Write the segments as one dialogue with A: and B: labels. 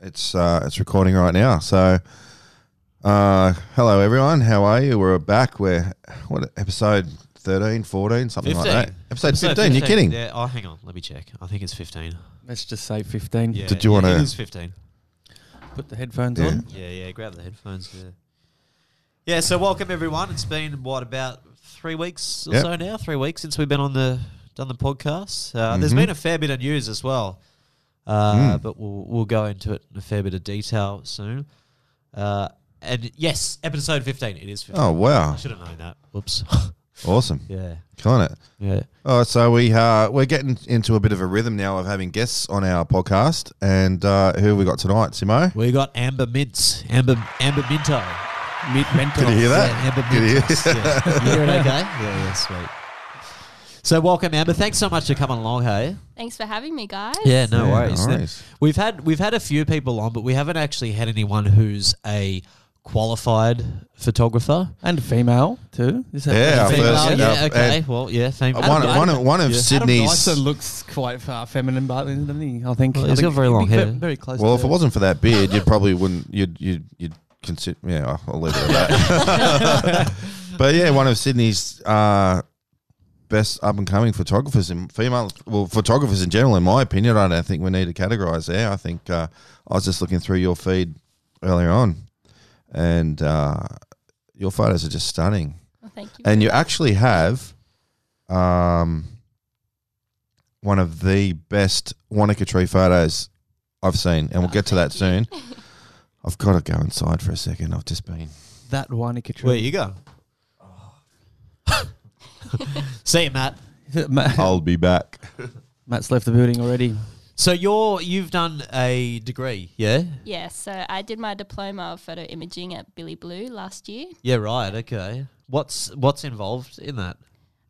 A: It's uh, it's recording right now. So, uh, hello everyone. How are you? We're back. We're what episode 13, 14, something like that. Episode, 15, You're kidding?
B: Yeah. Oh, hang on. Let me check. I think it's 15.
C: Let's just say 15.
B: Yeah.
A: Did you
B: yeah,
A: wanna-
B: It is 15.
C: Put the headphones
A: Yeah.
C: on.
B: Yeah, yeah. Grab the headphones. Yeah. Yeah. So welcome everyone. It's been what about three weeks or
A: Yep.
B: so now? Three weeks since we've been on the done the podcast. Uh, There's
A: Mhm.
B: been a fair bit of news as well, uh,
A: Mm.
B: but we'll we'll go into it in a fair bit of detail soon. Uh, and yes, episode 15. It is 15.
A: Oh wow,
B: I should have known that. Whoops.
A: awesome,
B: yeah.
A: killing it.
B: Yeah.
A: Oh, so we uh, we're getting into a bit of a rhythm now of having guests on our podcast. And uh, who have we got tonight, Simo?
B: We got Amber Mints. Amber Amber Minto.
C: Mid mental.
A: Did you hear that?
B: Yeah, Amber
A: Did you-
B: Mitchell. Yeah. You doing okay? Yeah, yeah, sweet. So welcome, Amber. Thanks so much for coming along. Hey.
D: Thanks for having me, guys.
B: Yeah, no
A: Yeah,
B: worries.
A: no worries.
B: We've had we've had a few people on, but we haven't actually had anyone who's a qualified photographer.
C: And female too. Is that
A: Yeah, our
C: female?
A: first-
B: Female, yeah,
A: uh,
B: okay.
A: and-
B: Well, yeah,
A: Uh,
B: female.
A: one, one, of- one of
C: Yeah. Adam
A: Sydney's.
C: Dyson looks quite uh, feminine, but doesn't he? I think
B: Well,
C: I
B: he's
C: think
B: got very
C: he'd be
B: long
C: ve-
B: hair.
C: Very close.
A: Well,
C: to
A: if it wasn't for that beard, you probably wouldn't. You'd you'd you'd consider. Yeah, I'll leave it at that. but yeah, one of Sydney's uh, best up and coming photographers and female, well, photographers in general, in my opinion. I don't think we need to categorise there. I think uh, I was just looking through your feed earlier on, and uh, your photos are just stunning.
D: Well, thank you.
A: And you actually have um, one of the best Wanaka tree photos I've seen, and we'll get to that soon. I've got to go inside for a second. I've just been.
C: that Wanaka tree.
B: Where you go? See you, Matt.
C: Matt,
A: I'll be back.
C: Matt's left the building already.
B: So you're you've done a degree, yeah?
D: yeah, so I did my diploma of photo imaging at Billy Blue last year.
B: Yeah, right. Okay. What's what's involved in that?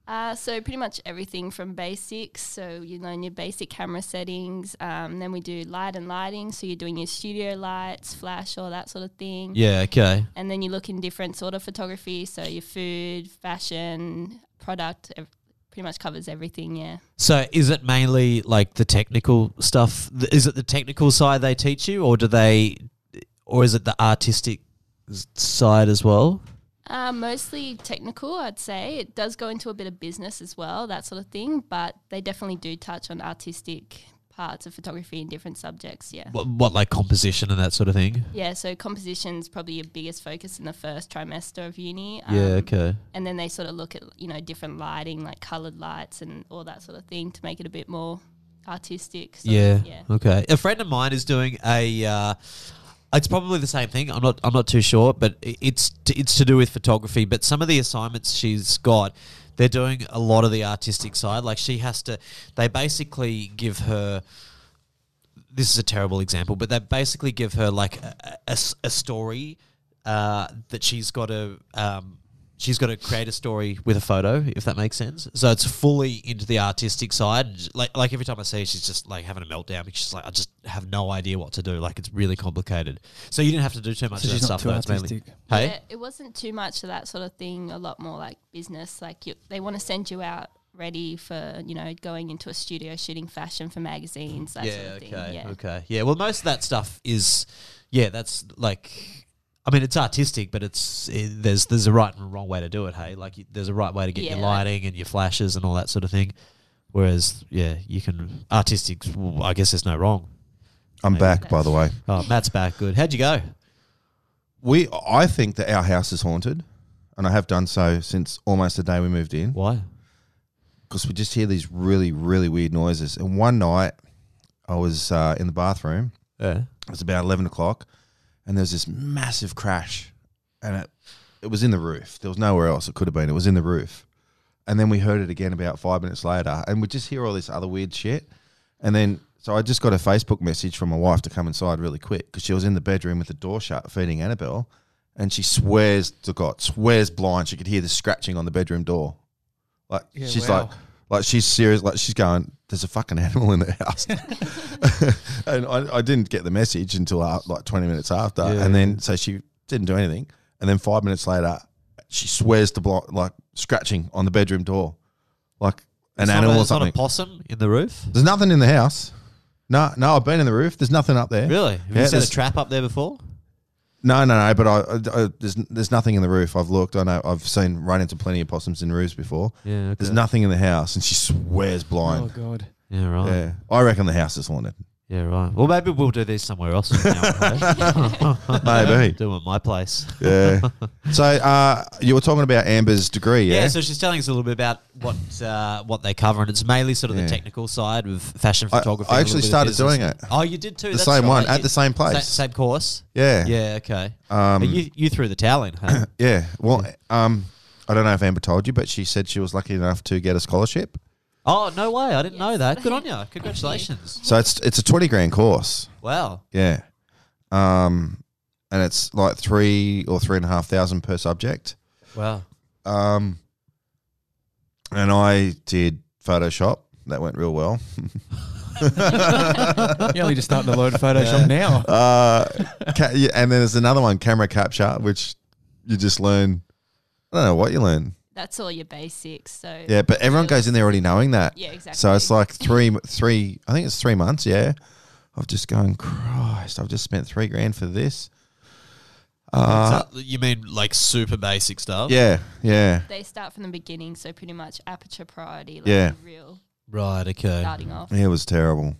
D: Uh, so pretty much everything from basics. So you learn your basic camera settings. Um, then we do light and lighting. So you're doing your studio lights, flash, all that sort of thing.
B: Yeah. Okay.
D: And then you look in different sort of photography. So your food, fashion, product, ev- pretty much covers everything. Yeah.
B: So is it mainly like the technical stuff? Th- Is it the technical side they teach you, or do they, or is it the artistic s- side as well?
D: Uh, mostly technical, I'd say. It does go into a bit of business as well, that sort of thing, but they definitely do touch on artistic parts of photography in different subjects, yeah.
B: What, what like composition and that sort of thing?
D: Yeah, so composition's probably your biggest focus in the first trimester of uni.
B: yeah.
D: um,
B: Okay.
D: And then they sort of look at, you know, different lighting, like coloured lights and all that sort of thing to make it a bit more artistic. So,
B: Yeah.
D: Yeah.
B: Okay. A friend of mine is doing a. Uh, it's probably the same thing. I'm not. I'm not too sure, but i- it's t- it's to do with photography. But some of the assignments she's got, they're doing a lot of the artistic side. Like she has to. They basically give her. This is a terrible example, but they basically give her like a, a- a s- a story uh, that she's got to. Um, She's got to create a story with a photo, if that makes sense. So it's fully into the artistic side. And j- Like, like every time I see, her, she's just like having a meltdown because she's like, I just have no idea what to do. Like, it's really complicated. So you didn't have to do too much
C: So
B: of that
C: she's not
B: stuff.
C: too
B: though. It's mainly-
C: artistic.
B: hey,
D: Yeah, it wasn't too much of that sort of thing. A lot more like business. Like you, they want to send you out ready for you know going into a studio shooting fashion for magazines. That sort of thing.
B: okay,
D: yeah.
B: okay, yeah. Well, most of that stuff is, yeah, that's like, I mean, it's artistic, but it's eh, there's there's a right and wrong way to do it. Hey, like you, there's a right way to get your
D: Yeah, like-
B: lighting and your flashes and all that sort of thing. Whereas, yeah, you can artistic. well, I guess there's no wrong.
A: I'm
B: Maybe
A: back, by the way.
B: Oh, Matt's back. Good. How'd you go?
A: We, I think that our house is haunted, and I have done so since almost the day we moved in.
B: Why?
A: because we just hear these really, really weird noises. And one night, I was uh, in the bathroom.
B: Yeah.
A: It was about eleven o'clock, and there was this massive crash, and it it was in the roof. There was nowhere else it could have been. It was in the roof, and then we heard it again about five minutes later, and we just hear all this other weird shit, and then. So I just got a Facebook message from my wife to come inside really quick because she was in the bedroom with the door shut feeding Annabelle, and she swears to God, swears blind, she could hear the scratching on the bedroom door. Like
C: Yeah,
A: she's
C: wow.
A: like, like she's serious. Like she's going, "There's a fucking animal in the house," and I, I didn't get the message until uh, like twenty minutes after.
B: Yeah.
A: And then so she didn't do anything. And then five minutes later, she swears to block like scratching on the bedroom door, like an
B: It's not
A: animal
B: a-
A: or
B: it's not
A: something.
B: a possum in the roof.
A: There's nothing in the house. No, no, I've been in the roof. There's nothing up there.
B: Really? Have
A: Yeah,
B: you set
A: there's-
B: a trap up there before?
A: No, no, no. But I, I, I there's there's nothing in the roof. I've looked. I know. I've seen run into plenty of possums in roofs before.
B: Yeah.
A: There's nothing in the house, and she swears blind.
C: Oh god.
B: Yeah. Right. Yeah.
A: yeah, I reckon the house is haunted.
B: Right. Well, maybe we'll do these somewhere else. now, okay?
A: Maybe.
B: Do it at my place.
A: Yeah. so uh, you were talking about Amber's degree, yeah?
B: Yeah. so she's telling us a little bit about what uh, what they cover, and it's mainly sort of
A: Yeah.
B: the technical side of fashion
A: I-
B: photography.
A: I
B: a
A: actually
B: little bit of
A: started
B: business.
A: doing it.
B: Oh, you did too.
A: the
B: that's
A: same
B: right.
A: one at
B: You-
A: the same
B: sa-
A: place.
B: same course.
A: yeah.
B: Yeah. Okay.
A: Um,
B: but you you threw the towel in. Huh?
A: Yeah. Well, um, I don't know if Amber told you, but she said she was lucky enough to get a scholarship.
B: oh no way! I didn't know
D: Yes.
B: that. Good on you. Congratulations.
A: So it's it's a twenty grand course.
B: Wow.
A: Yeah. Um, and it's like three or three and a half thousand per subject.
B: Wow.
A: Um, and I did Photoshop. That went real well.
C: You're only just starting to load Photoshop now.
A: Uh, ca- yeah, and then there's another one, camera capture, which you just learn. I don't know what you learn.
D: That's all your basics. So
A: Yeah, but everyone goes in there already knowing that.
D: Yeah, exactly.
A: So it's like three, three. I think it's three months. Yeah, I've just gone. Christ, I've just spent three grand for this. Uh,
B: So you mean like super basic stuff?
A: yeah, yeah,
D: they start from the beginning. So pretty much aperture priority, like
A: Yeah.
D: real
B: Right. Okay.
D: starting off.
A: yeah. It was terrible.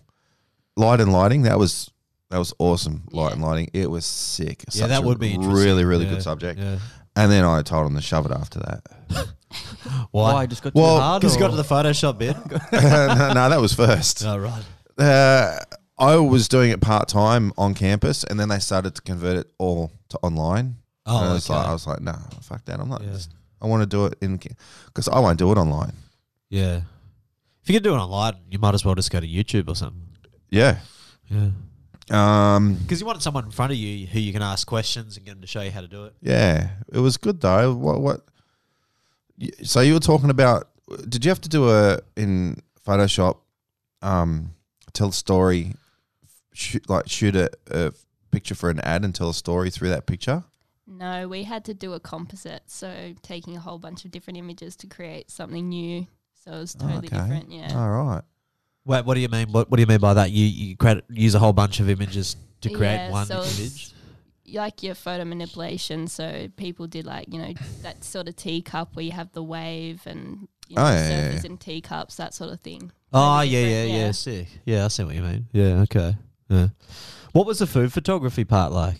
A: Light and lighting. That was that was awesome. Light
D: Yeah.
A: and lighting. It was sick.
B: Yeah, that would be interesting.
A: really, really
B: Yeah,
A: good subject.
B: Yeah.
A: And then I told him to shove it after that.
C: Why?
B: Why?
C: just got
A: Well,
C: too hard.
B: Because you got
C: or-
B: to the Photoshop bit.
A: no, no, that was first.
B: oh, right.
A: uh, I was doing it part time on campus, and then they started to convert it all to online. and I
B: Oh,
A: was
B: okay.
A: like, I was like, nah, fuck that. I'm not.
B: Yeah.
A: I want to do it in because I won't do it online.
B: Yeah. If you can do it online, you might as well just go to YouTube or something.
A: Yeah.
B: Yeah.
A: Um.
B: Because you want someone in front of you who you can ask questions and get them to show you how to do it.
A: Yeah. It was good though. What? What? y- So you were talking about? Did you have to do a in Photoshop? Um, tell a story, shoot like shoot a, a picture for an ad and tell a story through that picture.
D: No, we had to do a composite. So taking a whole bunch of different images to create something new. So it was
A: Oh,
D: totally
A: okay.
D: different. Yeah.
A: All right.
B: Wait, what do you mean? What, what do you mean by that? You you create, use a whole bunch of images to create
D: Yeah,
B: one
D: so it's-
B: image.
D: like your photo manipulation. So people did like you know that sort of teacup where you have the wave and you know,
A: Oh, yeah, yeah,
D: surface
A: yeah.
D: and teacups that sort of thing.
B: Oh
D: Totally
B: yeah, yeah,
D: different,
B: yeah, Sick. Yeah, I see what you mean. Yeah. Okay. Yeah. What was the food photography part like?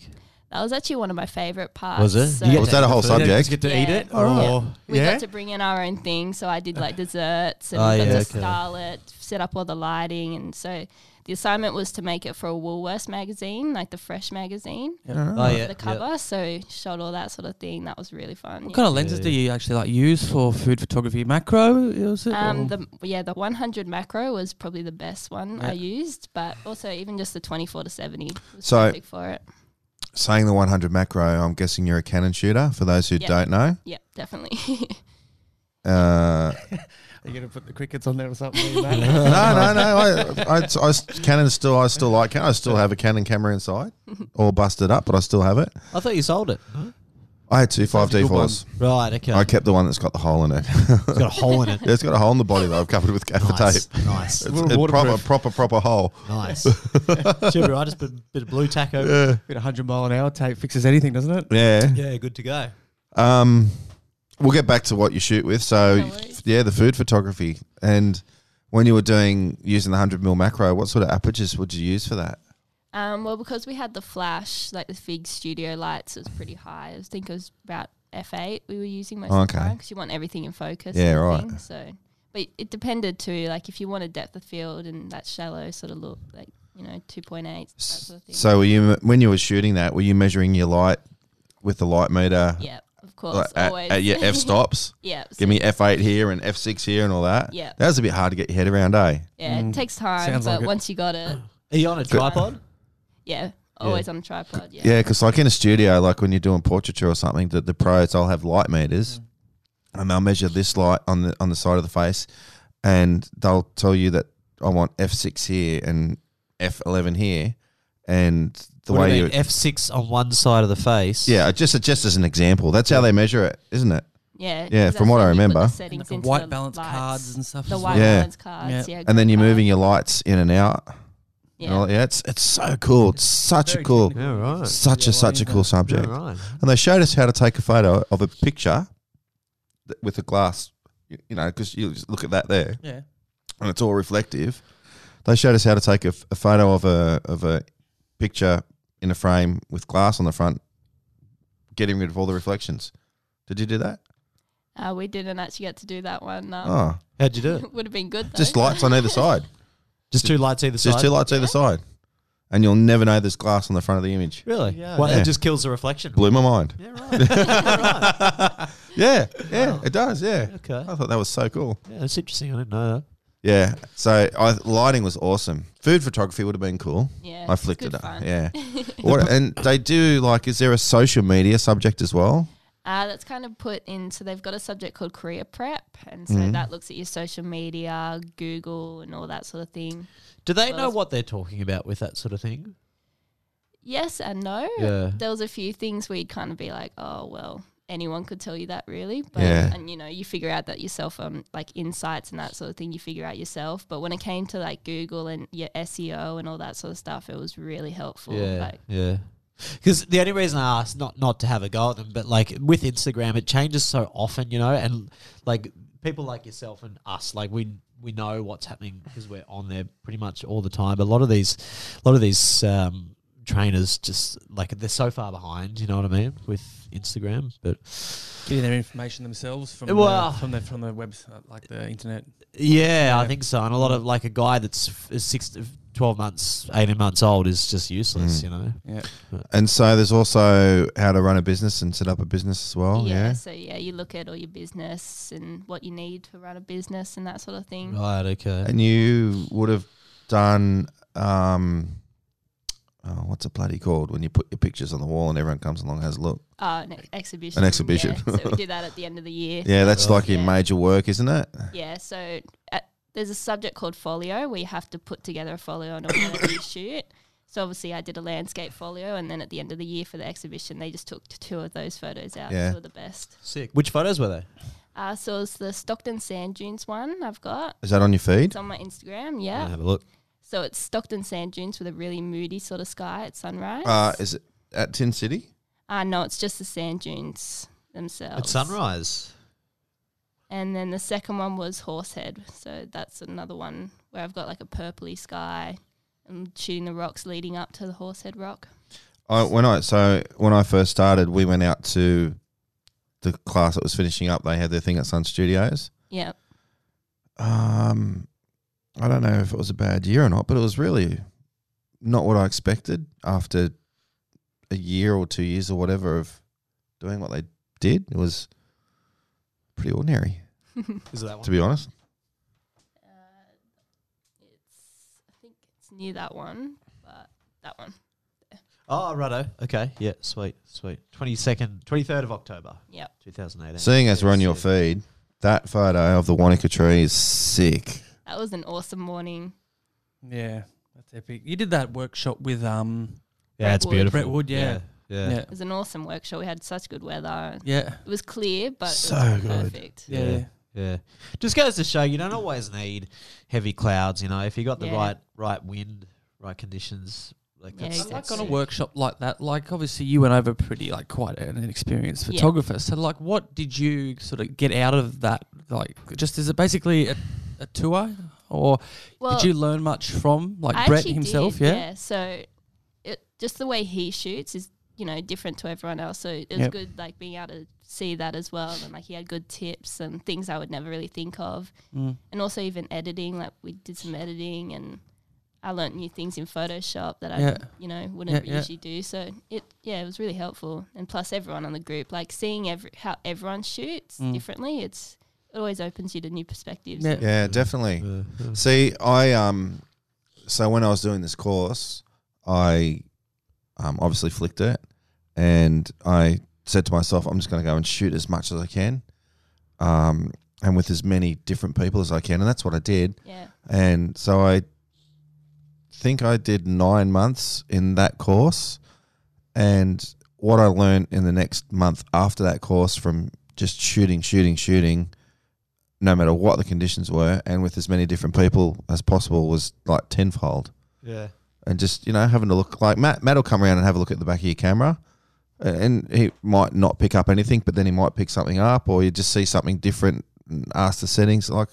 D: That was actually one of my favorite parts.
B: Was it?
D: Uh, So
B: You get
A: Was
B: to
A: that a
B: eat the
A: whole
B: food? You
A: subject?
B: Get to
D: Yeah.
B: eat it.
D: Oh, yeah.
B: Or-
D: we
A: yeah?
D: got to bring in our own thing. So I did like desserts and
B: Oh,
D: we got
B: yeah,
D: to
B: okay.
D: style it, set up all the lighting, and so the assignment was to make it for a Woolworths magazine, like the Fresh magazine,
B: Oh yeah.
D: the
B: yeah.
D: cover. So shot all that sort of thing. That was really fun.
C: What
D: yeah.
C: kind of lenses do you actually like use for food photography? Macro? Is it?
D: Um,
A: Oh.
C: or-
D: the yeah, the 100 macro was probably the best one
C: Yeah.
D: I used, but also even just the 24 to 70 was
A: So-
D: perfect for it.
A: saying the 100 macro, I'm guessing you're a Canon shooter. For those who
D: Yeah.
A: don't know,
D: Yeah, definitely.
A: uh,
C: Are you gonna put the crickets on there or something?
A: no, no, no. I, I, I, Canon still, I still like. Canon. I still have a Canon camera inside, all busted up, but I still have it.
B: I thought you sold it. No?
A: I had two five
C: a
A: D
C: good
A: fours.
B: Right. Okay.
A: I kept the one that's got the hole in it.
B: It's got a hole in it.
A: yeah, it's got a hole in the body though. I've covered it with gaffer
B: Nice.
A: tape.
B: Nice.
A: It's a proper,
C: waterproof.
A: proper, proper hole.
B: Nice. Should be right. Just put a bit of blue tack over. it.
A: Yeah.
C: Bit 100 mile an hour tape fixes anything, doesn't it?
A: Yeah.
B: Yeah, good to go.
A: Um, we'll get back to what you shoot with. So,
D: No worries.
A: yeah, the food photography and when you were doing using the 100 mil macro, what sort of apertures would you use for that?
D: um, well, because we had the flash, like the Fig Studio lights, was pretty high. I think it was about f8 we were using most of
A: Okay.
D: the time because you want everything in focus.
A: Yeah,
D: sort of
A: right.
D: thing, so, but it depended too. Like if you wanted depth of field and that shallow sort of look, like you know 2.8 that sort of thing.
A: So were you when you were shooting that? Were you measuring your light with the light meter?
D: yeah, of course,
A: like, at,
D: always.
A: at your f stops.
D: yeah,
A: Give me f eight here and f six here and all that.
D: Yeah.
A: that was a bit hard to get your head around, eh?
D: yeah. It takes time,
C: Sounds
D: but
C: like it.
D: once you got it,
B: Are you on a tripod?
D: Yeah, always on a tripod. Yeah.
A: Yeah, because like in a studio, like when you're doing portraiture or something, that the pros all have light meters,
D: Mm.
A: and they'll measure this light on the on the side of the face, and they'll tell you that I want f six here and f eleven here, and the
B: what do
A: way
B: you
A: you,
B: mean, F6 on one side of the face.
A: yeah, just just as an example, that's how they measure it, isn't it?
D: Yeah.
A: Yeah,
D: 'cause
A: from
D: that's
A: what I
D: when you put the
A: remember.
D: settings
C: Like the
D: into
C: white
D: the
C: balance
D: lights.
C: cards and stuff.
D: The
C: as
D: white
A: Yeah.
D: balance cards. Yeah.
A: And then you're
D: green
A: moving your lights in and out.
D: cards.
A: Yeah, and all, yeah it's it's so cool. It's such a
C: Very
A: cool,
B: Yeah, right.
A: such a such a cool
B: Yeah,
A: subject.
B: right.
A: And they showed us how to take a photo of a picture th- with a glass, y- you know, because you just look at that there,
C: Yeah.
A: and it's all reflective. They showed us how to take a, f- a photo of a of a picture in a frame with glass on the front, getting rid of all the reflections. Did you do that?
D: Uh, we didn't actually get to do that one. Um,
A: Oh,
B: How'd you do it?
D: Would have been good though.
A: just lights on either side.
B: Just two lights either side.
A: Just two lights either side, and you'll never know there's glass on the front of the image.
B: Really?
C: Yeah.
B: Well,
A: Yeah.
B: it just kills the reflection.
A: Blew my mind.
B: Yeah, right. Yeah, right.
A: Yeah, yeah, it does. Yeah,
B: Okay.
A: I thought that was so cool.
B: Yeah, that's interesting. I didn't know that.
A: Yeah, so I, lighting was awesome. Food photography would have been cool.
D: yeah,
A: I
D: it's
A: flicked
D: good
A: it up.
D: fun.
A: Yeah, what, and they do like. Is there a social media subject as well?
D: Uh, that's kind of put in. So they've got a subject called career prep, and so
A: Mhm.
D: that looks at your social media, Google, and all that sort of thing.
B: Do they
D: Well,
B: know
D: that's-
B: what they're talking about with that sort of thing?
D: Yes and no.
B: Yeah.
D: There was a few things where you'd kind of be like, oh well, anyone could tell you that really, but
A: Yeah.
D: and you know you figure out that yourself um like insights and that sort of thing you figure out yourself. But when it came to like Google and your SEO and all that sort of stuff, it was really helpful.
B: Yeah,
D: Like,
B: yeah. Because the only reason I asked not not to have a go at them, but like with Instagram, it changes so often, you know, and like people like yourself and us, like we we know what's happening because we're on there pretty much all the time. But a lot of these, a lot of these um, trainers just like they're so far behind, you know what I mean, with Instagram. But
C: Getting their information themselves from
B: Well-
C: the, from the from the website, like the internet.
B: Yeah, I
C: Yeah.
B: think so. And a lot of like a guy that's f- is six, 12 months, 18 months old is just useless,
A: Mm.
B: you know?
C: Yeah.
A: And so there's also how to run a business and set up a business as well.
D: yeah,
A: Oh, Yeah.
D: So yeah, you look at all your business and what you need to run a business and that sort of thing.
B: Right, okay.
A: And you would have done um, oh, what's a bloody called when you put your pictures on the wall and everyone comes along and has a look.
D: Uh, an ex- exhibition.
A: exhibition.
D: Yeah. so we do that at the end of the year.
A: Yeah, that's like your
D: Yeah.
A: major work, isn't it?
D: Yeah, so at, there's a subject called folio where you have to put together a folio on whatever you shoot. So obviously, I did a landscape folio, and then at the end of the year for the exhibition, they just took t- two of those photos out.
A: Yeah.
D: Two of the best.
B: Sick. Which photos were they?
D: Uh, so it's the Stockton Sand Dunes one I've got.
A: Is that on your feed?
D: It's on my Instagram.
B: I'm gonna
D: Yeah.
B: Have a look.
D: So it's Stockton Sand Dunes with a really moody sort of sky at sunrise.
A: Uh, is it at Tin City?
D: Uh, no, it's just the sand dunes themselves.
B: At sunrise.
D: And then the second one was Horsehead. So that's another one where I've got like a purpley sky. I'm shooting the rocks leading up to the Horsehead Rock.
A: I, when I so when I first started, we went out to the class that was finishing up. They had their thing at Sun Studios.
D: Yeah.
A: Um, I don't know if it was a bad year or not, but it was really not what I expected after a year or two years or whatever of doing what they did. It was pretty ordinary,
D: Uh,
B: Is it that one?
A: to be honest.
D: it's, I think it's near that one, but that one.
B: Oh, righto. Okay. Yeah, sweet, sweet. 22nd, 23rd of October,
D: Yeah.
B: 2018.
A: Seeing as we're on your
B: Sick.
A: feed, that photo of the Wanaka tree is sick.
D: That was an awesome morning.
C: Yeah. That's epic. You did that workshop with um.
B: Yeah, it's
D: Brett Wood.
B: beautiful.
C: Brett Wood, yeah.
B: Yeah.
C: Yeah.
B: yeah.
C: Yeah.
D: It was an awesome workshop. We had such good weather.
C: Yeah.
D: It was clear, but it
A: So
D: was
A: good.
D: perfect.
C: Yeah.
B: Yeah. Yeah. Just goes to show you don't always need heavy clouds, you know, if you got the
D: Yeah.
B: right right wind, right conditions, like
D: Yeah,
B: that's,
D: exactly.
B: that's
C: Like on a
B: sick.
C: workshop like that, like obviously you went over pretty like quite an experienced
D: Yeah.
C: photographer. So like, what did you sort of get out of that? Like, just is it basically a, a tour, or
D: Well,
C: did you learn much from like
D: I
C: Brett
D: actually
C: himself?
D: did,
C: yeah?
D: So it just the way he shoots is you know different to everyone else. So it was
C: Yep.
D: good like being able to see that as well, and like he had good tips and things I would never really think of,
C: Mm.
D: and also even editing. Like we did some editing and. I learnt new things in Photoshop that I,
C: Yeah.
D: you know, wouldn't
C: Yeah, yeah.
D: usually do. So it, yeah, it was really helpful. And plus, everyone on the group, like seeing every how everyone shoots
C: Mm.
D: differently, it's it always opens you to new perspectives.
C: Yeah.
A: Yeah, definitely.
B: Yeah, yeah.
A: See, I um, so when I was doing this course, I um obviously flicked it, and I said to myself, I'm just going to go and shoot as much as I can, um, and with as many different people as I can, and that's what I did.
D: Yeah,
A: And so I think I did nine months in that course, and what I learned in the next month after that course from just shooting, shooting, shooting, no matter what the conditions were, and with as many different people as possible was like tenfold.
B: Yeah.
A: and just you know having a look. Like Matt, Matt will come around and have a look at the back of your camera, a- and he might not pick up anything, but then he might pick something up, or you just see something different and ask the settings. Like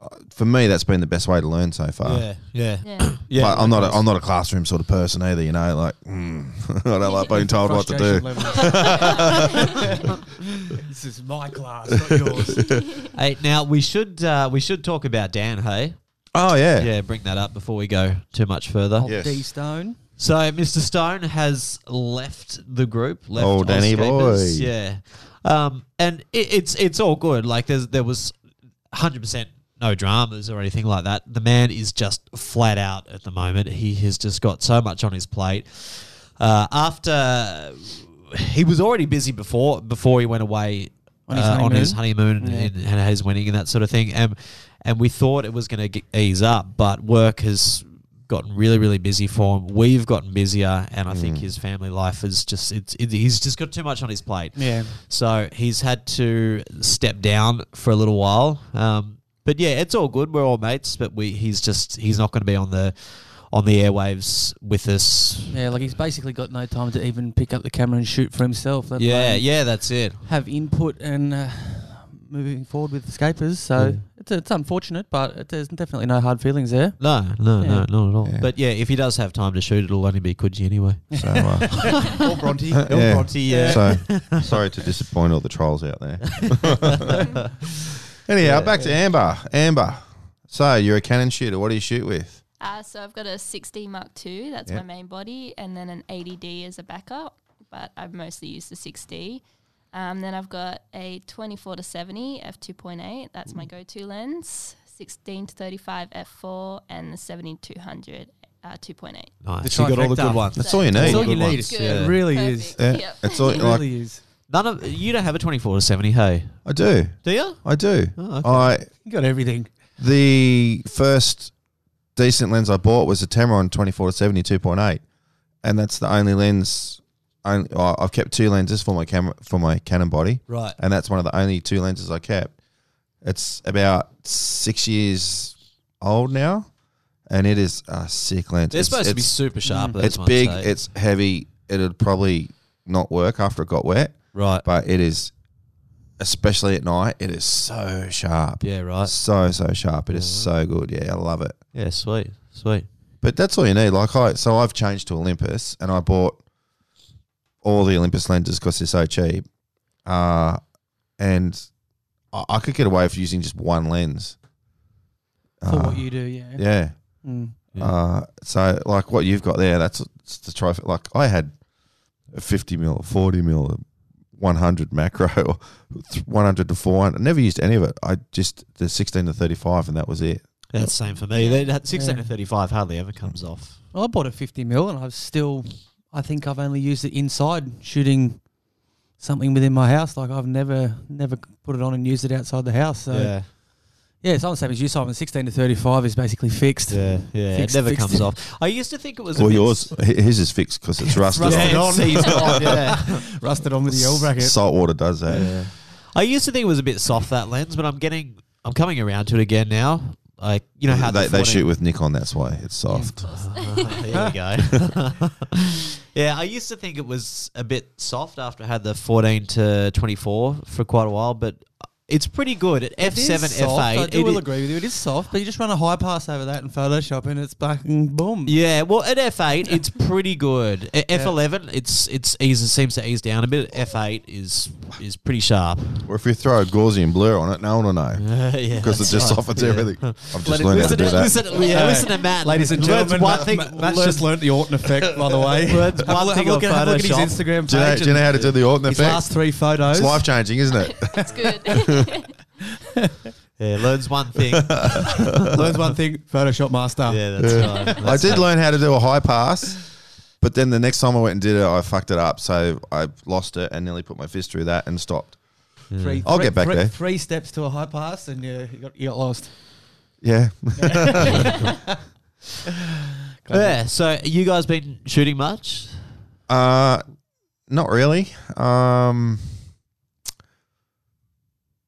A: uh, for me, that's been the best way to learn so far.
B: yeah, yeah,
D: Yeah.
B: yeah.
A: Like, I'm not. A, I'm not a classroom sort of person either. You know, like mm, I don't like being told what to do.
C: this is my class, not yours.
B: Hey, now we should uh, we should talk about Dan. Hey,
A: Oh yeah,
B: yeah, bring that up before we go too much further.
A: Yes.
C: D Stone.
B: So Mr. Stone has left the group. Left
A: Oh, Danny
B: Ozcapers.
A: boy.
B: Yeah, um, and it, it's it's all good. Like there's there was hundred percent no dramas or anything like that. The man is just flat out at the moment. He has just got so much on his plate. Uh, after he was already busy before before he went away
C: On his
B: uh, on his
C: honeymoon?
B: honeymoon
C: Yeah.
B: and, and his winning and that sort of thing. And and we thought it was going to ease up, but work has gotten really really busy for him. We've gotten busier, and I
A: Mm.
B: think his family life is just it's it, he's just got too much on his plate.
C: Yeah.
B: So he's had to step down for a little while. Um, but yeah, it's all good. We're all mates, but we he's just he's not going to be on the on the airwaves with us.
C: Yeah, like he's basically got no time to even pick up the camera and shoot for himself. let
B: yeah,
C: alone
B: yeah, that's it.
C: Have input and uh, moving forward with escapers. So
B: Yeah.
C: it's, it's unfortunate, but it, there's definitely no hard feelings there.
B: No, no,
C: Yeah.
B: no, not at all.
A: Yeah.
B: But yeah, if he does have time to shoot, it'll only be Coogee anyway.
A: So, uh,
B: or Bronte.
A: or Yeah. Bronte,
B: Bronte, yeah.
A: so sorry to disappoint all the trolls out there. Anyhow, back to Amber. Amber, so you're a cannon shooter. What do you shoot with?
D: Uh, so I've got a 6D Mark II, that's
A: Yeah.
D: my main body, and then an 80D as a backup, but I've mostly used the 6D. Um, then I've got a 24 to 70 f2.8, that's my go to lens, 16 to 35 f4, and the 7200 uh, 2.8.
B: Nice.
C: The
B: You got all the
C: trifecta.
B: good ones.
A: That's all you need.
B: That's
A: Yeah,
B: all you
C: Good
B: need.
C: ones.
D: Good.
B: Yeah.
C: It really
D: Perfect.
C: is.
D: Yep.
A: it's all
C: It
A: like
C: really is.
B: None of you don't have a twenty-four to seventy. Hey,
A: I do.
B: do you?
A: I do.
B: Oh, okay.
A: I
C: You got everything.
A: the first decent lens I bought was a Tamron 24 to 70 2.8, and that's the only lens. Only, oh, I've kept two lenses for my camera for my Canon body.
B: Right.
A: and that's one of the only two lenses I kept. It's about six years old now, and it is a sick lens.
B: They're
A: it's,
B: supposed to be
A: it's-
B: super sharp.
A: It's big, it's heavy. It'd probably not work after it got wet,
B: right.
A: but it is, especially at night, it is so sharp.
B: Yeah, right.
A: So so sharp. It is
B: Mm-hmm.
A: so good. Yeah, I love it.
B: Yeah, sweet, sweet.
A: But that's all you need. Like I, so I've changed to Olympus, and I bought all the Olympus lenses because they're so cheap, uh, and I, I could get away with using just one lens.
C: For
A: Uh,
C: what you do, yeah.
A: yeah.
C: Mm.
B: Yeah.
A: Uh, so like what you've got there, that's it's the trifle. Like I had a fifty mil, a forty mil, a one hundred macro, one hundred to four hundred. I never used any of it. I just the sixteen to thirty five, and that was it.
B: That's the same for me. They- That sixteen
C: Yeah.
B: to thirty-five hardly ever comes off.
C: Well, I bought a 50 mil and I've still, I think I've only used it inside shooting something within my house. Like I've never, never put it on and used it outside the house. So yeah,
B: yeah,
C: it's on the same as you, Simon. 16 to 35 is basically fixed.
B: yeah, yeah.
C: Fixed-
B: it never
C: fixed.
B: comes off. I used to think it was. a
A: Well,
B: bit-
A: yours, hi- his is fixed because it's rusted.
B: Yeah,
A: on.
B: it's seized on, yeah.
C: Rusted on with the L bracket.
A: Salt water does that.
B: I used to think it was a bit soft that lens, but I'm getting, I'm coming around to it again now. Like you know how
A: they,
B: the
A: they
B: 14
A: shoot with Nikon, that's why it's soft.
B: there we go. yeah, I used to think it was a bit soft after I had the 14 to 24 for quite a while, but it's pretty good at
C: It is
B: F7,
C: soft,
B: F8.
C: I do
B: it
C: will
B: i-
C: agree with you. It is soft, but you just run a high pass over that in Photoshop and it's back and boom.
B: Yeah, well, at F8, it's pretty good. At F11, it's it's ease, it seems to ease down a bit. At F8 is is pretty sharp.
A: Or if you throw a Gaussian blur on it, no one will know
B: yeah,
A: because it just
B: that's right.
A: softens
B: Yeah.
A: everything. I've
C: Let
A: just
C: it-
A: learned how to
B: Listen,
A: do
B: to,
A: that.
B: listen, yeah,
C: Uh,
B: listen to Matt,
C: Ladies and
B: Learns
C: gentlemen,
B: One
C: Matt-
B: thing,
C: Matt- Matt's
B: learns-
C: just learnt the Orton effect, by the way.
B: Learns
C: Have a
B: one
C: look-
B: thing
C: have a look
B: on
C: at- have a look at
B: Photoshop.
C: his Instagram page.
A: do, you know, do you know how to do the Orton
C: his
A: effect?
C: last three photos.
A: It's life changing, isn't it?
D: It's good.
B: yeah, learns one thing. yeah,
C: Learns one thing, Photoshop master.
B: that's right.
A: I did learn how to do a high pass, but then the next time I went and did it, I fucked it up. So I lost it and nearly put my fist through that and stopped.
C: Three,
A: I'll
C: three-
A: get back
C: three-
A: there.
C: Three steps to a high pass, and you, you, got, you got lost.
A: Yeah.
B: Yeah, so you guys been shooting much?
A: Uh, not really. Um,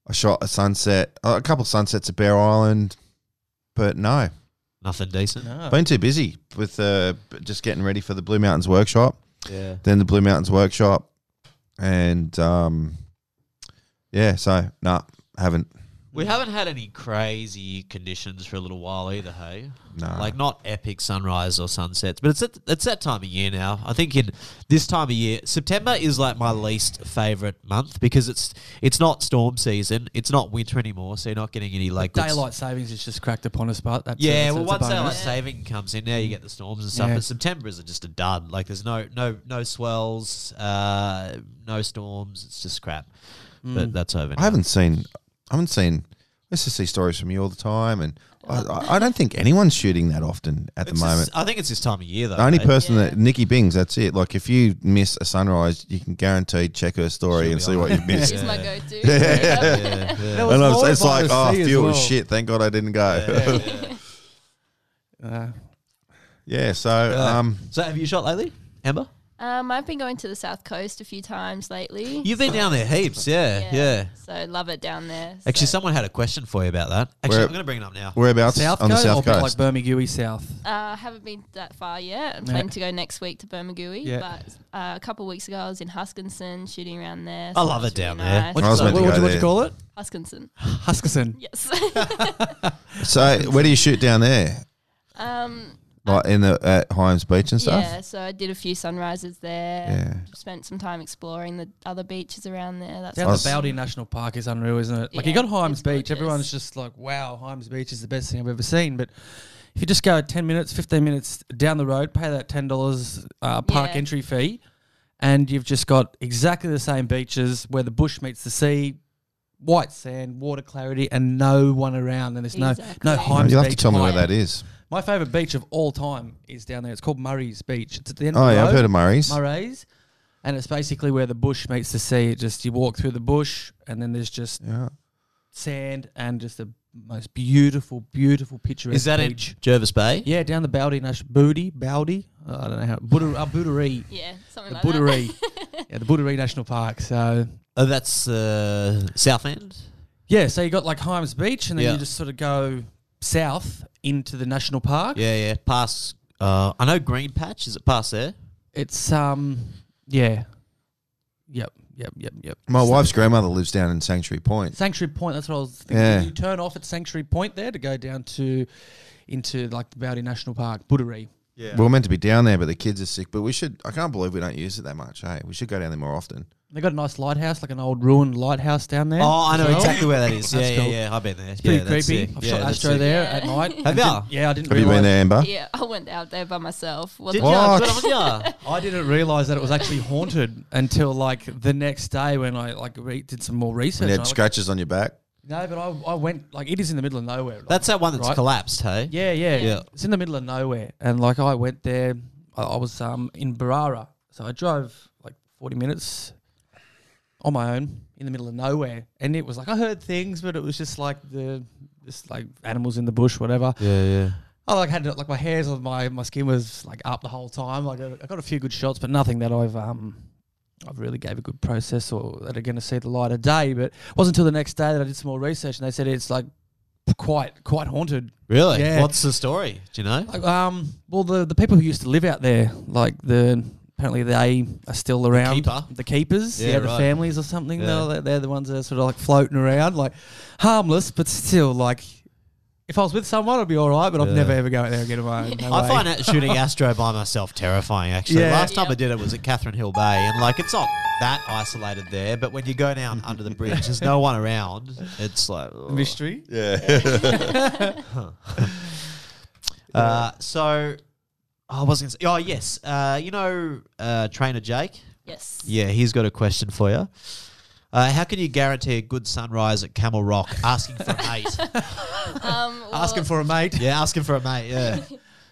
A: I shot a sunset, a couple sunsets at Bear Island, but no,
B: Nothing decent.
A: Been too busy with uh, b- just getting ready for the Blue Mountains workshop,
B: Yeah.
A: then the Blue Mountains workshop, and um, yeah, so nah, haven't
B: We haven't had any crazy conditions for a little while either, hey?
A: Nah.
B: Like not epic sunrise or sunsets, but it's at, it's that time of year now. I think in this time of year, September is like my least favorite month because it's it's not storm season, it's not winter anymore, so you're not getting any like that's-
C: Daylight savings is just cracked upon us, but that's
B: Yeah,
C: that's-
B: well,
C: that's
B: once
C: a
B: daylight
C: bonus.
B: saving comes in, now you get the storms and stuff.
C: Yeah.
B: But September is just a dud. Like there's no no no swells, uh, no storms. It's just crap.
C: Mm.
B: But that's over.
A: I
B: now.
A: haven't seen. I haven't seen. I used to see stories from you all the time, and I, I, I don't think anyone's shooting that often at the
B: It's
A: moment.
B: just- I think it's this time of year though.
A: The only
B: mate.
A: person
D: Yeah.
A: that Nikki Bings. That's it. Like if you miss a sunrise, you can guarantee check her story
B: She'll
A: and
B: be
A: see
B: on
A: what
B: it.
A: you've missed.
D: She's
B: Yeah.
D: my go-to.
B: Yeah, yeah.
C: That was
A: And
C: more
A: I'm, it's
C: if I
A: like,
C: was
A: oh,
C: C as
A: fuel was
C: well.
A: shit. Thank God I didn't go. Yeah.
C: Uh,
A: so
B: Yeah.
A: um,
B: so have you shot lately, Amber?
D: Um, I've been going to the South Coast a few times lately.
B: You've been down there heaps, yeah, yeah.
D: So love it down there.
B: Actually,
D: so,
B: someone had a question for you about that. Actually,
A: Where-
B: I'm going to bring it up now.
A: whereabouts
C: South
A: on the
C: Coast,
A: south
C: or
A: coast?
C: like Bermagui South.
D: uh, haven't been that far yet. I'm
C: Yeah.
D: planning to go next week to Bermagui.
C: Yeah.
D: But uh, a couple of weeks ago, I was in Huskinson shooting around there.
B: I
D: so
B: love
D: it's
B: it down
D: really
B: there.
D: nice.
A: I was meant to
C: what,
A: go
C: what'd
A: there.
C: you call it?
D: Huskinson.
C: Huskisson.
D: Yes.
A: so where do you shoot down there?
D: um,
A: Like in the at Himes Beach and stuff.
D: yeah. So I did a few sunrises there.
A: Yeah.
D: Spent some time exploring the other beaches around there. That's
C: Down
A: I
C: the
A: was-
C: Baldy National Park is unreal, isn't it? Like you
D: Yeah,
C: got Himes
D: it's
C: Beach,
D: gorgeous.
C: everyone's just like, "Wow, Himes Beach is the best thing I've ever seen." But if you just go ten minutes, fifteen minutes down the road, pay that ten dollars uh, park
D: Yeah.
C: entry fee, and you've just got exactly the same beaches where the bush meets the sea, white sand, water clarity, and no one around. And there's no no
D: Exactly.
C: Himes
A: You'll have to
C: Beach.
A: tell me where
D: Himes.
A: that is.
C: My favorite beach of all time is down there. It's called Murray's Beach. It's at the end.
A: Oh
C: of the
A: yeah,
C: road.
A: I've heard of Murray's.
C: Murray's, and it's basically where the bush meets the sea. It just you walk through the bush, and then there's just
A: Yeah.
C: sand and just the most beautiful, beautiful picture.
B: Is that in
C: beach.
B: Jervis Bay?
C: Yeah, down the Baldy Nash Booty Baldy. Uh, I don't know how Buddha, uh, Bootaree.
D: Yeah.
C: The
D: Something like that.
C: Bootaree. yeah, the Bootaree National Park. So
B: Oh, that's uh, South End.
C: yeah, so you got like Himes Beach, and then
B: Yeah.
C: you just sort of go south into the national park.
B: Yeah, yeah. Past. Uh, I know Green Patch. Is it past there?
C: It's um, yeah, yep, yep, yep, yep.
A: My
C: So-
A: wife's grandmother lives down in Sanctuary Point.
C: Sanctuary Point. That's what I was thinking.
A: Yeah.
C: You turn off at Sanctuary Point there to go down to into like the Baldy National Park, Bootaree.
B: Yeah.
A: We are meant to be down there, but the kids are sick. But we should. I can't believe we don't use it that much. Hey, we should go down there more often.
C: They got a nice lighthouse, like an old ruined lighthouse down there.
B: Oh, I know
C: Well,
B: exactly where that is. Yeah,
C: That's
B: yeah,
C: cool.
B: yeah. I've been there.
C: It's pretty
B: yeah, that's
C: creepy.
B: sick.
C: I've
B: Yeah,
C: shot
B: that's
C: Astro
B: sick.
C: there
D: Yeah.
C: at night.
B: Have ya?
C: Didn't- Yeah, I didn't.
A: Have you been
C: realise-
A: there, Amber?
D: Yeah. I went out there by myself.
B: Did
D: Wasn't
B: you?
A: What?
B: Good on ya.
C: I didn't realize that it was actually haunted until like the next day when I like re- did some more
A: And
C: research.
A: you
C: and
A: had
C: I looked-
A: scratches on your back.
C: no, but I, I went like it is in the middle of nowhere. like-
B: That's that one that's
C: Right.
B: collapsed, hey?
C: Yeah, yeah,
B: Yeah.
C: It's in the middle of nowhere, and like I went there, I, I was um in Barara, so I drove like forty minutes on my own in the middle of nowhere, and it was like I heard things, but it was just like the just like animals in the bush, whatever.
B: Yeah, yeah.
C: I like had like my hairs on my my skin was like up the whole time. Like I I got a few good shots, but nothing that I've um I've really gave a good process or that are going to see the light of day. But it wasn't until the next day that I did some more research, and they said it's like quite quite haunted.
B: Really?
C: Yeah.
B: What's the story? Do you know?
C: Like, um, well, the the people who used to live out there, like the apparently they are still around.
B: keeper?
C: The keepers,
B: Yeah,
C: yeah, the
B: right.
C: families or something.
B: Yeah.
C: They're, they're the ones that are sort of like floating around, like harmless, but still like. If I was with someone, I'd be all right, but I'd
B: Yeah.
C: never ever go out there again alone. No
B: I
C: way.
B: find that shooting Astro by myself terrifying. Actually,
C: Yeah.
B: last time
D: Yeah.
B: I did it was at Catherine Hill Bay, and like it's not that isolated there, but when you go down under the bridge, there's no one around. It's like oh.
C: mystery.
A: Yeah.
B: Uh, so I was gonna say, oh yes, uh, you know uh, trainer Jake.
D: Yes.
B: Yeah, he's got a question for you. Uh, how can you guarantee a good sunrise at Camel Rock? Asking for a mate.
D: Um, well,
C: Asking for a mate.
B: yeah, asking for a mate. Yeah.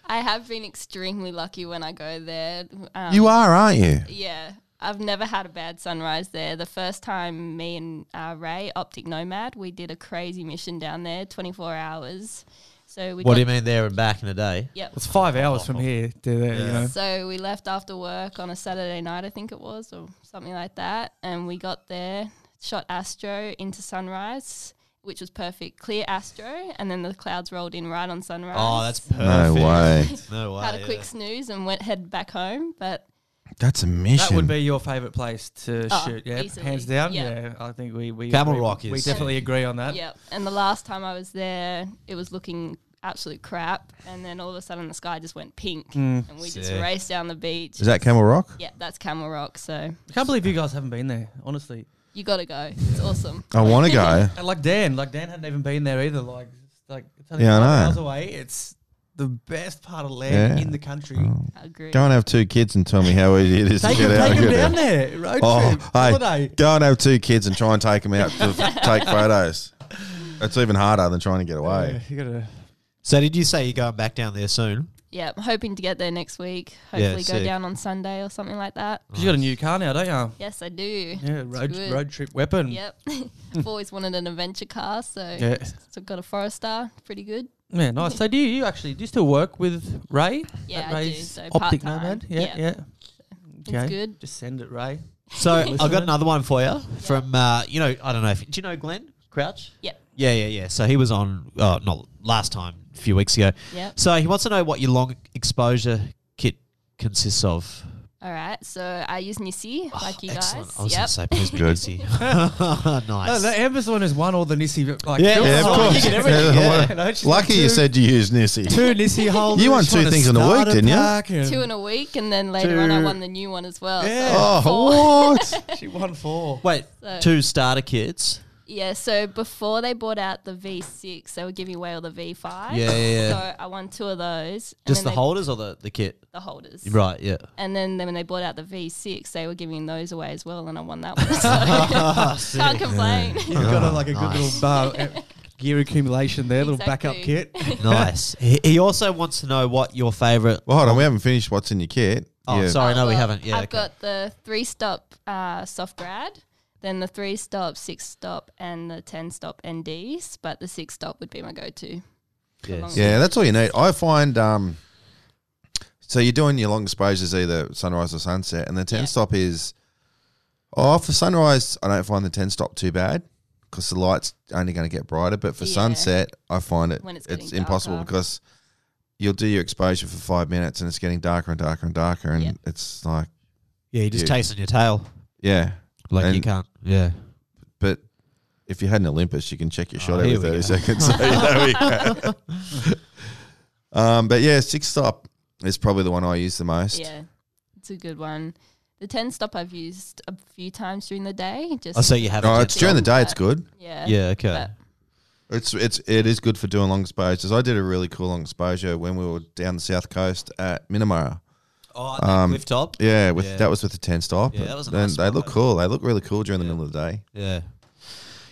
D: I have been extremely lucky when I go there. Um,
A: you are, aren't you?
D: Yeah. I've never had a bad sunrise there. The first time me and uh, Ray, Optic Nomad, we did a crazy mission down there, 24 hours. So we
B: What do you
D: got-
B: mean there and back in a day?
D: Yep.
C: It's five hours from here to there. You know,
D: So we left after work on a Saturday night, I think it was, or something like that. And we got there, shot Astro into sunrise. which was perfect. Clear astro, and then the clouds rolled in right on sunrise.
B: Oh, that's perfect.
A: No way.
B: No way.
D: Had a quick
B: yeah.
D: snooze and went head back home, but
A: That's a mission.
C: That would be your favourite place to
D: Oh,
C: shoot, yeah,
D: easily,
C: hands down.
D: yeah.
C: Yeah. I think we we
B: Camel
C: we,
B: Rock
C: we
B: is-
C: definitely agree on
B: Um,
C: that.
D: yeah. And the last time I was there, it was looking absolute crap, and then all of a sudden the sky just went pink,
C: Mm.
D: and we just
B: Hmm. Sick.
D: raced down the beach.
A: Is that Camel Rock?
D: Yeah, that's Camel Rock. So
C: I can't believe you guys haven't been there, honestly.
D: you got to go. It's awesome.
A: I want to go.
C: And like Dan, like Dan hadn't even been there either. Like, it's like it's only
A: Yeah, I
C: five
A: know.
C: hours away. It's the best part of land
A: Yeah.
C: in the country.
D: I agree.
A: Go and have two kids and tell me how easy it is
C: Take
A: to
C: him,
A: get out.
C: take
A: and
C: him
A: get
C: down
A: out.
C: there. Road
A: Oh,
C: trip,
A: hey,
C: holiday.
A: go and have two kids and try and take them out to take photos. That's even harder than trying to get away.
C: Yeah, you gotta
B: So did you say you're going back down there soon?
D: Yeah, I'm hoping to get there next week.
B: Yeah,
D: Hopefully, go
B: sick.
D: down on Sunday or something like that.
C: 'cause you got a new car now, don't you?
D: Yes, I do.
C: Yeah, road
D: good.
C: road trip weapon.
B: Hmm.
D: Yep. I've always wanted an adventure car, so
C: Yeah.
D: so got a Forester, pretty good.
C: Yeah, nice. So do you, you actually do you still work with Ray?
D: Yeah,
C: At
D: I do.
C: Ray's
D: So
C: Optic
D: part-time.
C: Nomad. Yeah,
D: Yeah.
C: yeah.
D: It's good.
C: Just send it, Ray.
B: So I've got
C: Listening.
B: another one for you from uh, you know I don't know if do you know Glenn Crouch?
D: Yep.
B: Yeah, yeah, yeah. So he was on uh, not last time, a few weeks ago.
D: Yep.
B: So he wants to know what your long exposure kit consists of.
D: All right. So I use Nissi, like you
B: Oh, Excellent.
D: guys.
B: I was
D: yep.
B: going to say, please be
A: Good.
B: easy. nice.
C: Oh, the Amber's the one who's won all the Nissi. Like,
B: Yeah,
C: films.
B: yeah, of
C: Oh,
B: course.
C: you get everything,
A: Yeah,
C: yeah.
A: well,
C: You know, she's
A: Lucky
C: won
A: you
C: two-
A: said you used Nissi.
C: two Nissi holders.
A: You won
C: trying
A: two
C: to
A: things in a
C: start
A: week, didn't you?
C: pack and-
D: Two in a week, and then later on, I
B: Two.
D: won the new one as well.
C: Yeah.
D: So four.
A: Oh, what?
C: She won four.
B: Wait,
D: So-
B: two starter kits.
D: Yeah, so before they bought out the V6, they were giving away all the V5.
B: Yeah, yeah, yeah.
D: So I won two of those.
B: Just
D: and then
B: the
D: they-
B: holders or the, the kit?
D: The holders.
B: Right, yeah.
D: And then, then when they bought out the V6, they were giving those away as well, and I won that one. So can't complain.
C: You've got a, like a
B: Ah, Nice.
C: good little bar, uh, gear accumulation there, little backup
D: Exactly.
C: kit.
B: nice. He, he also wants to know what your favourite.
A: Well, hold on. We haven't finished what's in your kit.
B: Oh, sorry, no, we
D: Well,
B: haven't. Yeah,
D: I've
B: okay.
D: got the three stop uh, soft grad, then the three stop, six stop, and the 10 stop NDs, but the six stop would be my go to.
B: Yes.
A: Yeah, that's all you need. I find um so you're doing your long exposures either sunrise or sunset, and the ten
D: Yeah.
A: stop is oh for sunrise I don't find the ten stop too bad because the light's only going to get brighter, but for
D: Yeah.
A: sunset I find it
D: When it's
A: it's
D: getting
A: impossible
D: darker.
A: because you'll do your exposure for five minutes and it's getting darker and darker and darker, and
D: Yeah.
A: it's like
B: Yeah, you're just
A: Yeah.
B: chasing your tail.
A: yeah,
B: Like you
A: And-
B: can't. Yeah.
A: but. If you had an Olympus, you can check your shot
B: Oh,
A: every
B: here
A: 30
B: we go.
A: seconds. So you know we can. um, but yeah, six stop is probably the one I use the most.
D: Yeah, it's a good one. The 10 stop I've used a few times during the day. Just
B: Oh, so you have.
A: Oh,
B: a
A: it's during the day. It's good.
D: yeah.
B: Yeah. Okay.
D: But-
A: It's it's it is good for doing long exposures. I did a really cool long exposure when we were down the south coast at Minamara.
B: Oh,
A: Um,
B: cliff top.
A: Yeah, with
B: Yeah.
A: that was with the ten stop.
B: Yeah, that was a
A: and
B: nice
A: they
B: one,
A: look
B: though.
A: cool. They look really cool during the middle of the day.
B: Yeah.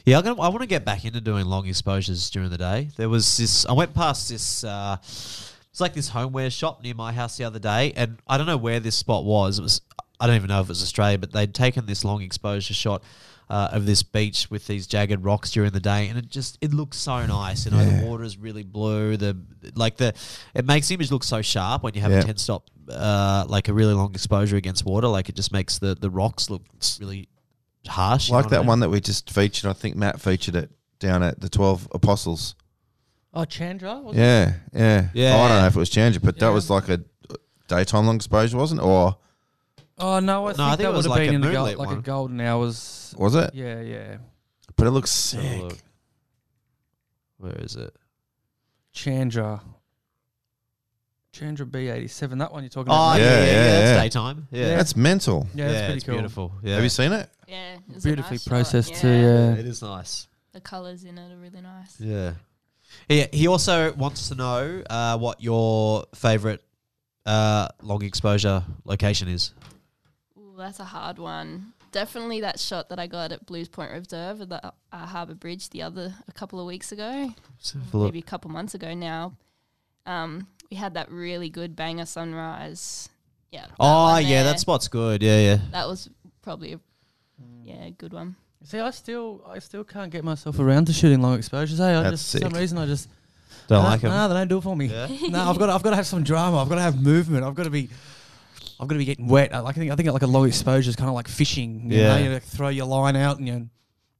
B: Yeah, I'm gonna, I want to get back into doing long exposures during the day. There was this, I went past this, uh, it's like this homeware shop near my house the other day, and I don't know where this spot was. It was, I don't even know if it was Australia, but they'd taken this long exposure shot uh, of this beach with these jagged rocks during the day, and it just, it looks so nice. You know, the water is really blue. The, like the, it makes the image look so sharp when you have
A: Yeah.
B: a 10 stop, uh, like a really long exposure against water. Like it just makes the, the rocks look really harsh. you know
A: Like
B: what I
A: that
B: mean?
A: one that we just featured. I think Matt featured it down at the Twelve Apostles.
C: Oh, Chandra? Was
A: Yeah, yeah,
B: Yeah.
A: Oh, I don't know if it was Chandra, but that
C: Yeah.
A: was like a daytime long exposure, wasn't it? Or
C: Oh, no, I,
B: No,
C: think,
B: I think
C: that
B: it was
C: would have
B: like
C: been
B: a
C: in the gold,
B: moonlit
C: like a
B: one.
C: golden hours.
A: was it?
C: Yeah, yeah.
A: But it looks
B: Let's have a
A: sick.
B: look. Where is it?
C: Chandra. Chandra B87. That one you're talking
B: Oh
C: about.
B: yeah,
A: Yeah,
C: mate?
B: yeah, yeah.
A: yeah,
B: That's
A: yeah.
B: daytime. Yeah,
C: Yeah.
A: That's mental.
C: Yeah,
B: Yeah,
C: that's pretty
B: it's
C: cool.
B: beautiful. Yeah,
A: Have you seen it?
D: yeah it was a
C: Beautifully
D: nice shot.
C: processed
D: yeah.
C: too, yeah.
B: it is nice.
D: The colours in it are really nice.
B: Yeah. Yeah. He also wants to know uh, what your favorite uh, long exposure location is.
D: Ooh, that's a hard one. Definitely that shot that I got at Blues Point Reserve at the uh, Harbour Bridge the other a couple of weeks ago,
B: Let's have a look.
D: maybe a couple months ago now. Um, we had that really good banger sunrise. Yeah. that
B: Oh
D: one
B: yeah,
D: there.
B: that spot's good. Yeah, yeah.
D: that was probably a yeah a good one.
C: See, I still, I still can't get myself around to shooting long exposures. Hey, I
A: That's
C: just, for some
A: sick.
C: reason, I just
B: Don't
C: no,
B: like
C: No,
B: them.
C: they don't do it for me.
B: Yeah.
C: no, I've got, to, I've got to have some drama. I've got to have movement. I've got to be, I've got to be getting wet. I like, I think, I think like a long exposure is kind of like fishing. You
B: Yeah.
C: know, you like throw your line out and you,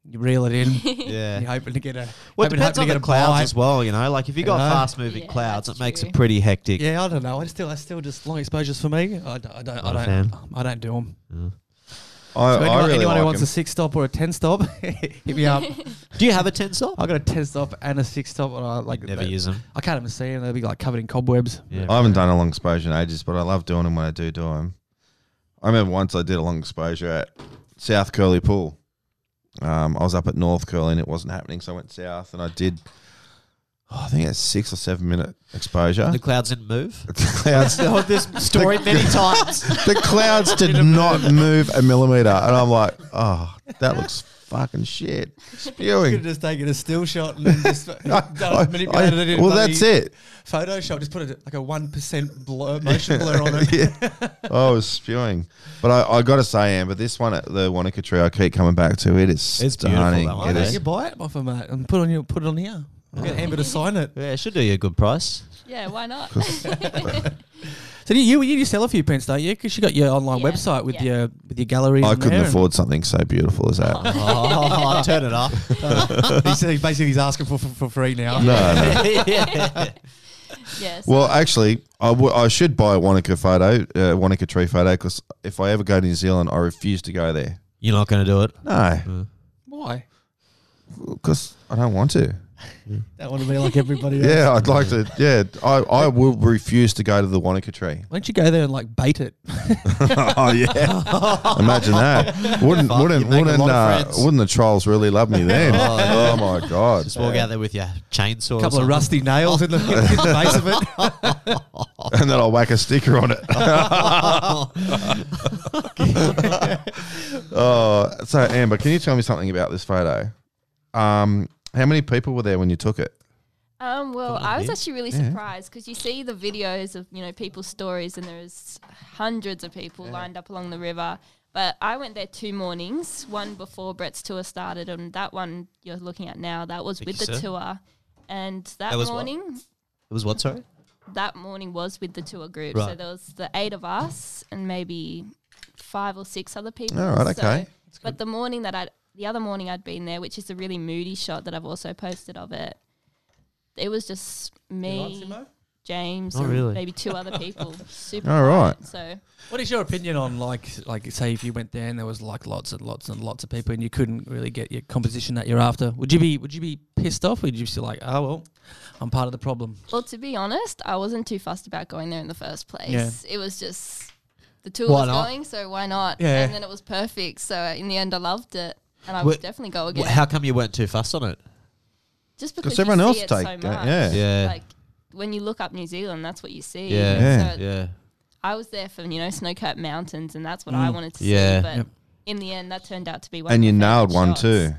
C: you reel it in.
B: Yeah.
C: You're hoping to get a.
B: Well, it
C: hoping,
B: depends
C: hoping
B: on
C: to
B: the
C: get a
B: clouds
C: buy.
B: as well, you know. Like if you got
C: Yeah.
B: fast moving
D: Yeah,
B: clouds, it
D: that's
B: makes
D: true.
B: it pretty hectic.
C: Yeah, I don't know. I still, I still just long exposures for me. I don't, I don't,
B: Not a Oh,
C: I don't, I don't do them.
B: Mm.
A: I, I
C: So anyone,
A: really
C: anyone
A: like
C: who wants
A: him.
C: a six stop or a ten stop, hit me up.
B: Do you have a ten stop?
C: I got a ten stop and a six stop, and I like
B: Never
C: they-
B: use them.
C: I can't even see them; they'll be like covered in cobwebs.
B: Yeah.
A: I haven't done a long exposure in ages, but I love doing them when I do do them. I remember once I did a long exposure at South Curly Pool. Um, I was up at North Curly and it wasn't happening, so I went south and I did. oh, I think it's six or seven minute exposure.
B: The clouds didn't move.
A: The clouds,
B: told this story many times.
A: the clouds did not move a millimeter, and I'm like, oh, that looks fucking shit,
C: Could have
A: spewing.
C: just taken a still shot and then just
A: I- I-
C: manipulated it. In
A: well, that's it.
C: Photoshop just put it like a one percent blur, motion blur on it.
A: yeah. I was spewing. But I, I got to say, Amber, this one at the Wanaka Tree, I keep coming back to. It is
B: It's beautiful,
A: stunning.
B: that one,
A: It
B: eh?
A: is.
C: You buy it off of mate and put on your put it on here. Get Amber to sign it.
B: Yeah, it should do you a good price.
D: yeah, why not?
C: So you you, you sell a few prints, don't you? Because you got your online
D: Yeah,
C: website with
D: yeah.
C: your with your galleries.
A: I
C: in
A: couldn't
C: there and-
A: afford something so beautiful as that.
B: Oh, turn it off.
C: he's he's basically he's asking for for, for free now.
A: No, no.
B: yeah.
D: yes.
A: Well, actually, I, w- I should buy a Wanaka photo, uh, Wanaka Tree photo, because if I ever go to New Zealand, I refuse to go there.
B: You're not going to do it.
A: No,
C: Why?
A: because I don't want to.
C: Don't want to be like everybody else.
A: Yeah, I'd like to. Yeah, I, I will refuse to go to the Wanaka Tree.
C: Why don't you go there and like bait it?
A: oh yeah, imagine that. Wouldn't
B: Fuck,
A: wouldn't
B: you'd make a
A: wouldn't
B: lot of
A: uh,
B: friends.
A: wouldn't the trolls really love me then?
B: Oh, yeah.
A: oh my god,
B: Just walk out there with your chainsaw.
C: A
B: or
C: couple of
B: something.
C: rusty nails in the, in the base of it.
A: and then I'll whack a sticker on it. oh, so Amber, can you tell me something about this photo? Um, how many people were there when you took it?
D: Um, well,
B: Good
D: I was
B: idea.
D: actually really
A: Yeah.
D: surprised because you see the videos of you know people's stories, and there's hundreds of people lined up along the river. But I went there two mornings, one before Brett's tour started, and that one you're looking at now, that was
B: Thank
D: with
B: you,
D: the
B: sir.
D: tour. And that,
B: That was what?
D: morning,
B: It was what, sorry?
D: that morning was with the tour group. So
B: Right.
D: there was the eight of us and maybe five or six other people.
A: All right,
D: So-
A: okay.
D: But the morning that I, would the other morning I'd been there, which is a really moody shot that I've also posted of it. It was just me, James,
B: Oh,
D: and
B: really?
D: maybe two other people. Super.
A: All right.
D: quiet, So
C: What is your opinion on like like say if you went there and there was like lots and lots and lots of people and you couldn't really get your composition that you're after? Would you be would you be pissed off? Would you be like, oh well, I'm part of the problem?
D: Well, to be honest, I wasn't too fussed about going there in the first place.
C: Yeah.
D: It was just the tour
B: Why
D: was
B: not?
D: going, so why not?
C: Yeah.
D: And then it was perfect. So uh, in the end, I loved it, and I
B: Wha-
D: would definitely go again.
B: Wh- How come you weren't too fussed on it?
D: just because
A: everyone
D: you
A: else
D: see it
A: take
D: so
A: it,
D: much.
A: yeah.
B: Yeah.
D: Like when you look up New Zealand, that's what you see.
B: Yeah.
A: Yeah.
D: So
B: Yeah.
D: I was there for you know snow-capped mountains, and that's what I wanted to
B: Yeah.
D: see. But
C: Mm. Yep.
D: in the end, that turned out to be one.
A: And
D: of
A: you
D: my favourite
A: nailed one
D: shots.
A: too.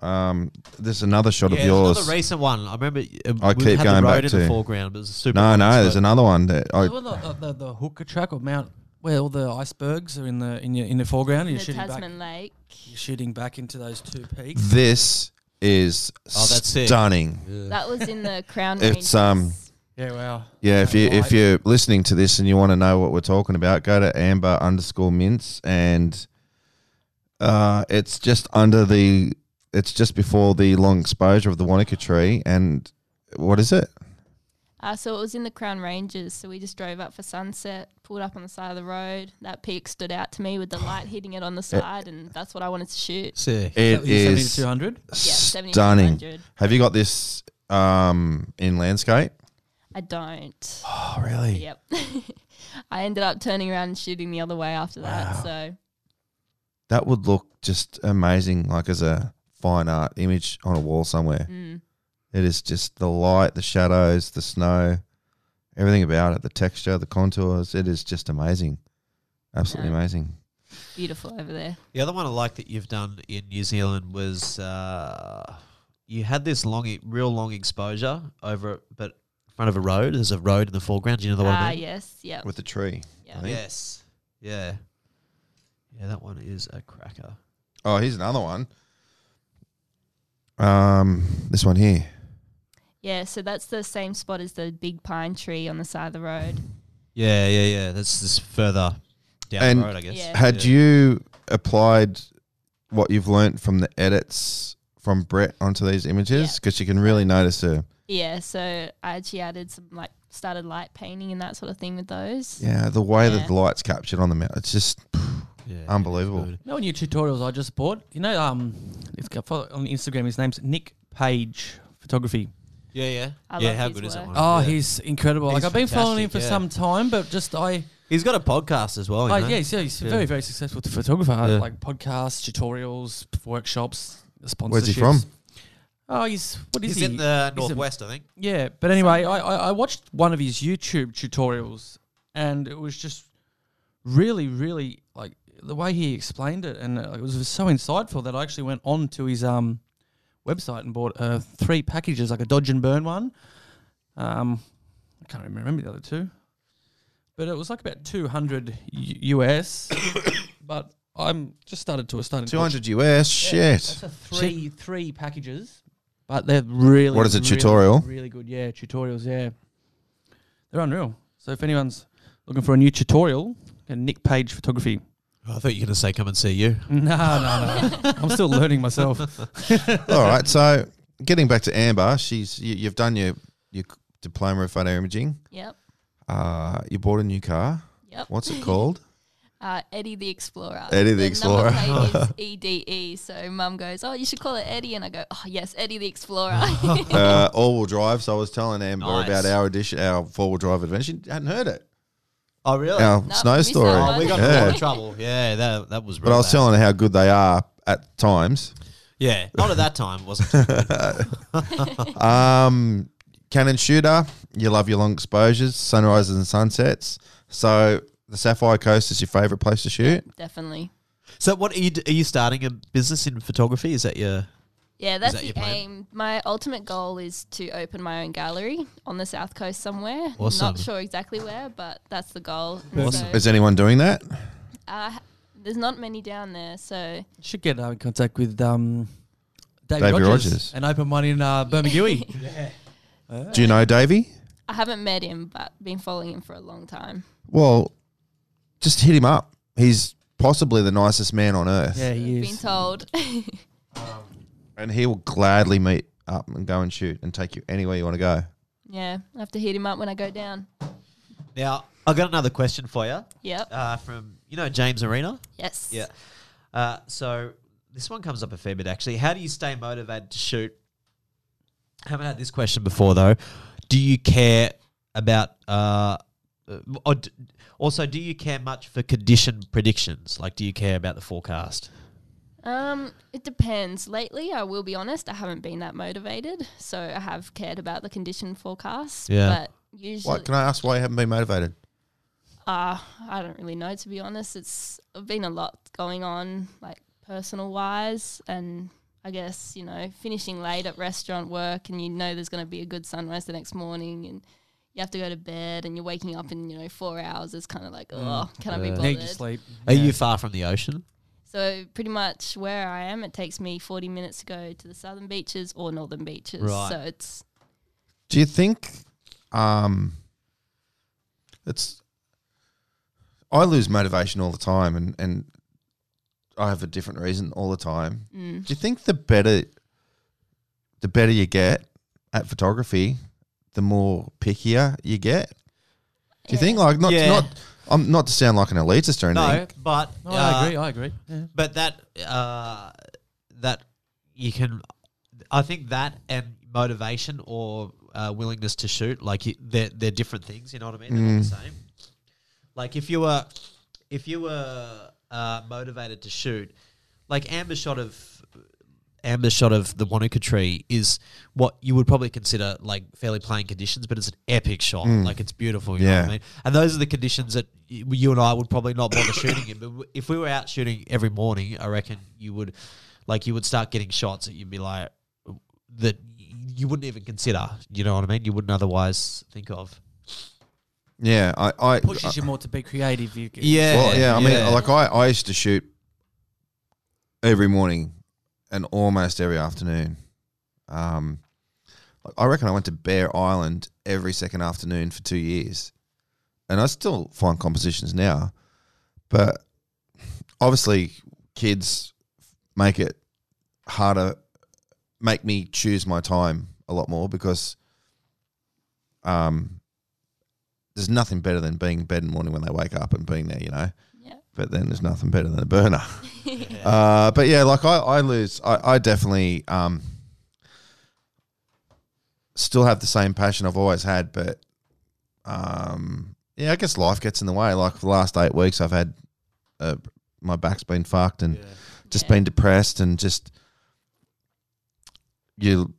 A: Um, there's another shot
B: yeah
A: of yours.
B: Another recent one. I remember uh,
A: I
B: we
A: keep
B: had
A: going back
B: the road in
A: to-
B: the foreground. But it was a super
A: No,
B: nice
A: no,
B: road.
A: there's another one that I.
C: Well, the, the, the hooker track or Mount where all the icebergs are in the in your in the foreground.
D: In
C: You're
D: the
C: shooting back.
D: Tasman Lake.
C: You're shooting back into those two peaks.
A: This is
B: Oh, that's sick.
A: stunning.
D: That was in the Crown Ranges.
A: It's, um,
C: Yeah, wow.
A: Yeah, if
C: Yeah,
A: you if
C: right.
A: you're listening to this and you want to know what we're talking about, go to Amber underscore Mints and uh, it's just under the it's just before the long exposure of the Wanaka tree and what is it?
D: Uh, so it was in the Crown Ranges. So we just drove up for sunset, pulled up on the side of the road. That peak stood out to me with the light hitting it on the side, and that's what I wanted to shoot.
B: Sick.
A: It is
C: two hundred.
D: Yeah,
A: stunning.
D: 7200.
A: Have you got this um, in landscape?
D: I don't.
A: Oh, really?
D: Yep. I ended up turning around and shooting the other way after that. So
A: That would look just amazing, like as a fine art image on a wall somewhere.
D: mm,
A: It is just the light, the shadows, the snow, everything about it, the texture, the contours. It is just amazing. Absolutely
D: Yeah.
A: amazing.
D: beautiful over there.
B: The other one I like that you've done in New Zealand was uh, you had this long, e- real long exposure over, but in front of a road. There's a road in the foreground. Do you know the one?
D: Ah,
B: I mean?
D: yes. Yep.
A: With the tree.
D: Yeah.
A: think.
B: Yes. Yeah. Yeah, that one is a cracker.
A: Oh, here's another one. Um, this one here.
D: Yeah, so that's the same spot as the big pine tree on the side of the road.
B: Yeah, yeah, yeah. That's this further down
A: And-
B: the road, I guess.
D: Yeah.
A: Had you applied what you've learnt from the edits from Brett onto these images? Because you can really notice a
D: Yeah, so I actually added some like started light painting and that sort of thing with those.
A: yeah the way
D: Yeah.
A: that the light's captured on the mount. It's just
B: Yeah,
A: Unbelievable.
B: it's good.
C: You know, new tutorials I just bought. You know, um, it's got follow on Instagram. His name's Nick Page Photography.
B: Yeah, yeah,
D: I
B: yeah.
D: love
B: How
D: his
B: good is that
D: work.
B: one?
C: Oh,
B: yeah.
C: he's incredible.
B: He's
C: like I've been following him for
B: fantastic, yeah.
C: some time, but just I,
B: he's got a podcast as well. You
C: I
B: know?
C: Oh, Uh, yeah, he's, yeah, he's
B: Yeah.
C: very very successful photographer.
B: Yeah.
C: Like podcasts, tutorials, workshops, sponsorships.
A: where's he from?
C: Oh, he's what is
B: he's
C: he?
B: in the
C: He's a-
B: northwest, I think.
C: Yeah, but anyway, I, I, I watched one of his YouTube tutorials, and it was just really, really like the way he explained it, and uh, it was so insightful that I actually went on to his um website and bought uh, three packages, like a dodge and burn one. Um, I can't even remember the other two, but it was like about two hundred US. but I'm just started to started
A: Two hundred US. Shit.
C: that's a three three packages, but they're really.
A: What is it,
C: really,
A: tutorial?
C: Really good, yeah. Tutorials, yeah. They're unreal. So if anyone's looking for a new tutorial, and Nick Page Photography.
B: I thought you were going to say, "Come and see you."
C: No, no, no. I'm still learning myself.
A: All right. So getting back to Amber, she's you, you've done your your c- diploma of photo imaging.
D: Yep.
A: Uh, you bought a new car.
D: Yep.
A: What's it called?
D: Uh, Eddie the Explorer.
A: Eddie the
D: number
A: Explorer.
D: plate is E D E. So mum goes, "Oh, you should call it Eddie," and I go, "Oh yes, Eddie the Explorer."
A: uh, all wheel drive. So I was telling Amber
B: Nice.
A: about our edition, our four wheel drive adventure. She hadn't heard it.
B: Oh, really?
A: Our
D: No,
A: snow
D: missed that
A: story.
D: one.
B: Oh, we got in a lot
A: yeah.
B: of trouble. Yeah, that that was. Real
A: But I was
B: bad.
A: telling her how good they are at times.
B: Yeah, not at that time, wasn't. it?
A: Um, Canon shooter. You love your long exposures, sunrises and sunsets. So the Sapphire Coast is your favorite place to shoot.
D: Definitely.
B: so, what are you, d- are you starting a business in photography? Is that your?
D: Yeah, that's
B: that your
D: the
B: plan?
D: aim. My ultimate goal is to open my own gallery on the south coast somewhere.
B: Awesome.
D: Not sure exactly where, but that's the goal. And
B: Awesome.
D: So,
A: Is anyone doing that?
D: uh, there's not many down there, so
C: Should get uh, in contact with um, Dave
A: Davey
C: Rogers,
A: Rogers.
C: and open one in uh, Bermagui.
A: Do you know Davey?
D: I haven't met him, but been following him for a long time.
A: Well, just hit him up. He's possibly the nicest man on earth,
C: yeah, he
D: Been
C: is.
D: told.
A: and he will gladly meet up and go and shoot and take you anywhere you want to go.
D: yeah, I have to hit him up when I go down.
B: Now, I got another question for you
D: Yep.
B: uh, from you know James Arena.
D: yes.
B: Yeah. Uh, so this one comes up a fair bit actually. How do you stay motivated to shoot? I haven't had this question before though. Do you care about? Uh, uh, or d- also, do you care much for condition predictions? Like, do you care about the forecast?
D: Um, it depends. Lately, I will be honest, I haven't been that motivated, so I have cared about the condition forecast.
B: Yeah.
D: But usually,
A: What can I ask? Why you haven't been motivated?
D: Uh, I don't really know to be honest. It's uh, been a lot going on, like personal wise, and I guess you know finishing late at restaurant work, and you know there's going to be a good sunrise the next morning, and you have to go to bed, and you're waking up in you know four hours. It's kind of like, oh, can I be
B: Yeah.
C: Need to
D: bothered?
C: sleep.
B: Are
C: Yeah.
B: you far from the ocean?
D: So pretty much where I am, it takes me 40 minutes to go to the southern beaches or northern beaches.
B: Right.
D: So it's
A: Do you think um it's I lose motivation all the time and and I have a different reason all the time.
D: mm.
A: Do you think the better the better you get at photography, the more pickier you get? Do you think like not
B: Yeah.
A: not I'm not to sound like an elitist or anything.
B: No, but uh,
C: No, I agree. I agree. Yeah.
B: But that uh, that you can, I think that and motivation or uh, willingness to shoot, like you, they're they're different things. You know what I mean? They're not the
C: Mm.
B: same. Like if you were if you were uh, motivated to shoot, like Amber shot of Amber shot of the Wanaka tree is what you would probably consider like fairly plain conditions, but it's an epic shot. Like it's beautiful. You know what
A: Mm. Yeah.
B: I mean? And those are the conditions that y- you and I would probably not bother shooting in. But w- if we were out shooting every morning, I reckon you would, like, you would start getting shots that you'd be like, that y- you wouldn't even consider. You know what I mean? You wouldn't otherwise think of.
A: Yeah, I, I uh,
C: Pushes you more to be creative. You get-
B: Yeah.
A: Well, yeah, I mean, like I, I used to shoot every morning and almost every afternoon. Um, like I reckon I went to Bear Island every second afternoon for two years, and I still find compositions now. But obviously, kids make it harder, make me choose my time a lot more because um, there's nothing better than being in bed in the morning when they wake up and being there, you know.
D: Yeah.
A: But then there's nothing better than a burner. Uh, but yeah, like I, I lose. I, I definitely um, still have the same passion I've always had, but um, yeah, I guess life gets in the way. Like for the last eight weeks, I've had uh, my back's been fucked and just
D: Yeah.
A: been depressed and just you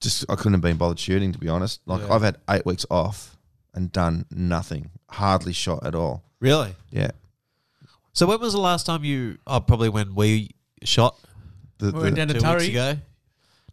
A: just I couldn't have been bothered shooting to be honest. Like
B: Yeah.
A: I've had eight weeks off and done nothing, hardly shot at all.
B: Really?
A: Yeah,
B: So when was the last time you? Oh, probably when we shot
A: the,
C: We went
A: the-
C: down to
B: two weeks
C: Turry.
B: ago.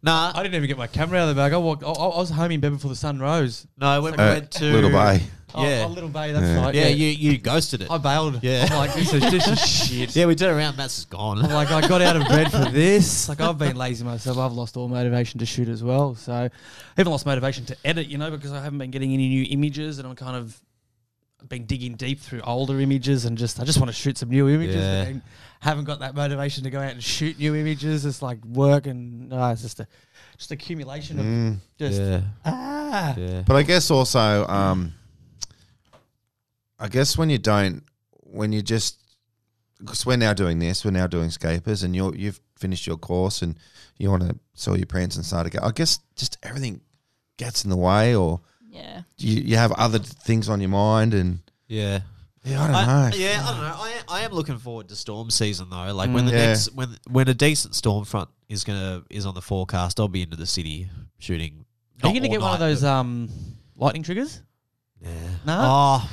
B: Nah,
C: I didn't even get my camera out of the bag. I, walked, I, I was home in bed before the sun rose.
B: no, when we
A: Uh,
B: went to
A: Little Bay.
B: Yeah,
C: Oh, oh, Little Bay, that's
A: Yeah.
C: right.
B: yeah, You, you ghosted it.
C: I bailed.
B: Yeah.
C: I'm like, this is, this is shit.
B: yeah, we turned around. Matt's gone.
C: I'm like, I got out of bed for this. Like, I've been lazy myself. I've lost all motivation to shoot as well. So, I even lost motivation to edit, you know, because I haven't been getting any new images and I'm kind of been digging deep through older images and just, I just want to shoot some new images.
B: Yeah.
C: But then haven't got that motivation to go out and shoot new images. It's like work and no, it's just a, just accumulation of
A: Mm.
C: just,
B: yeah,
C: ah.
B: yeah.
A: But I guess also, um, I guess when you don't, when you just, because we're now doing this, we're now doing scapers, and you're you've finished your course, and you want to sell your prints and start again. I guess just everything gets in the way, or
D: yeah.
A: you, you have other things on your mind, and
B: yeah.
A: yeah, I don't
B: I-
A: know.
B: yeah, I don't know. I, I am looking forward to storm season though. Like when the
A: Mm, Yeah.
B: next when when a decent storm front is gonna is on the forecast, I'll be into the city shooting.
C: Are
B: Not
C: you going to
B: all
C: get one of
B: night,
C: those uh, um, lightning triggers?
B: but- Yeah.
C: No?
B: Oh,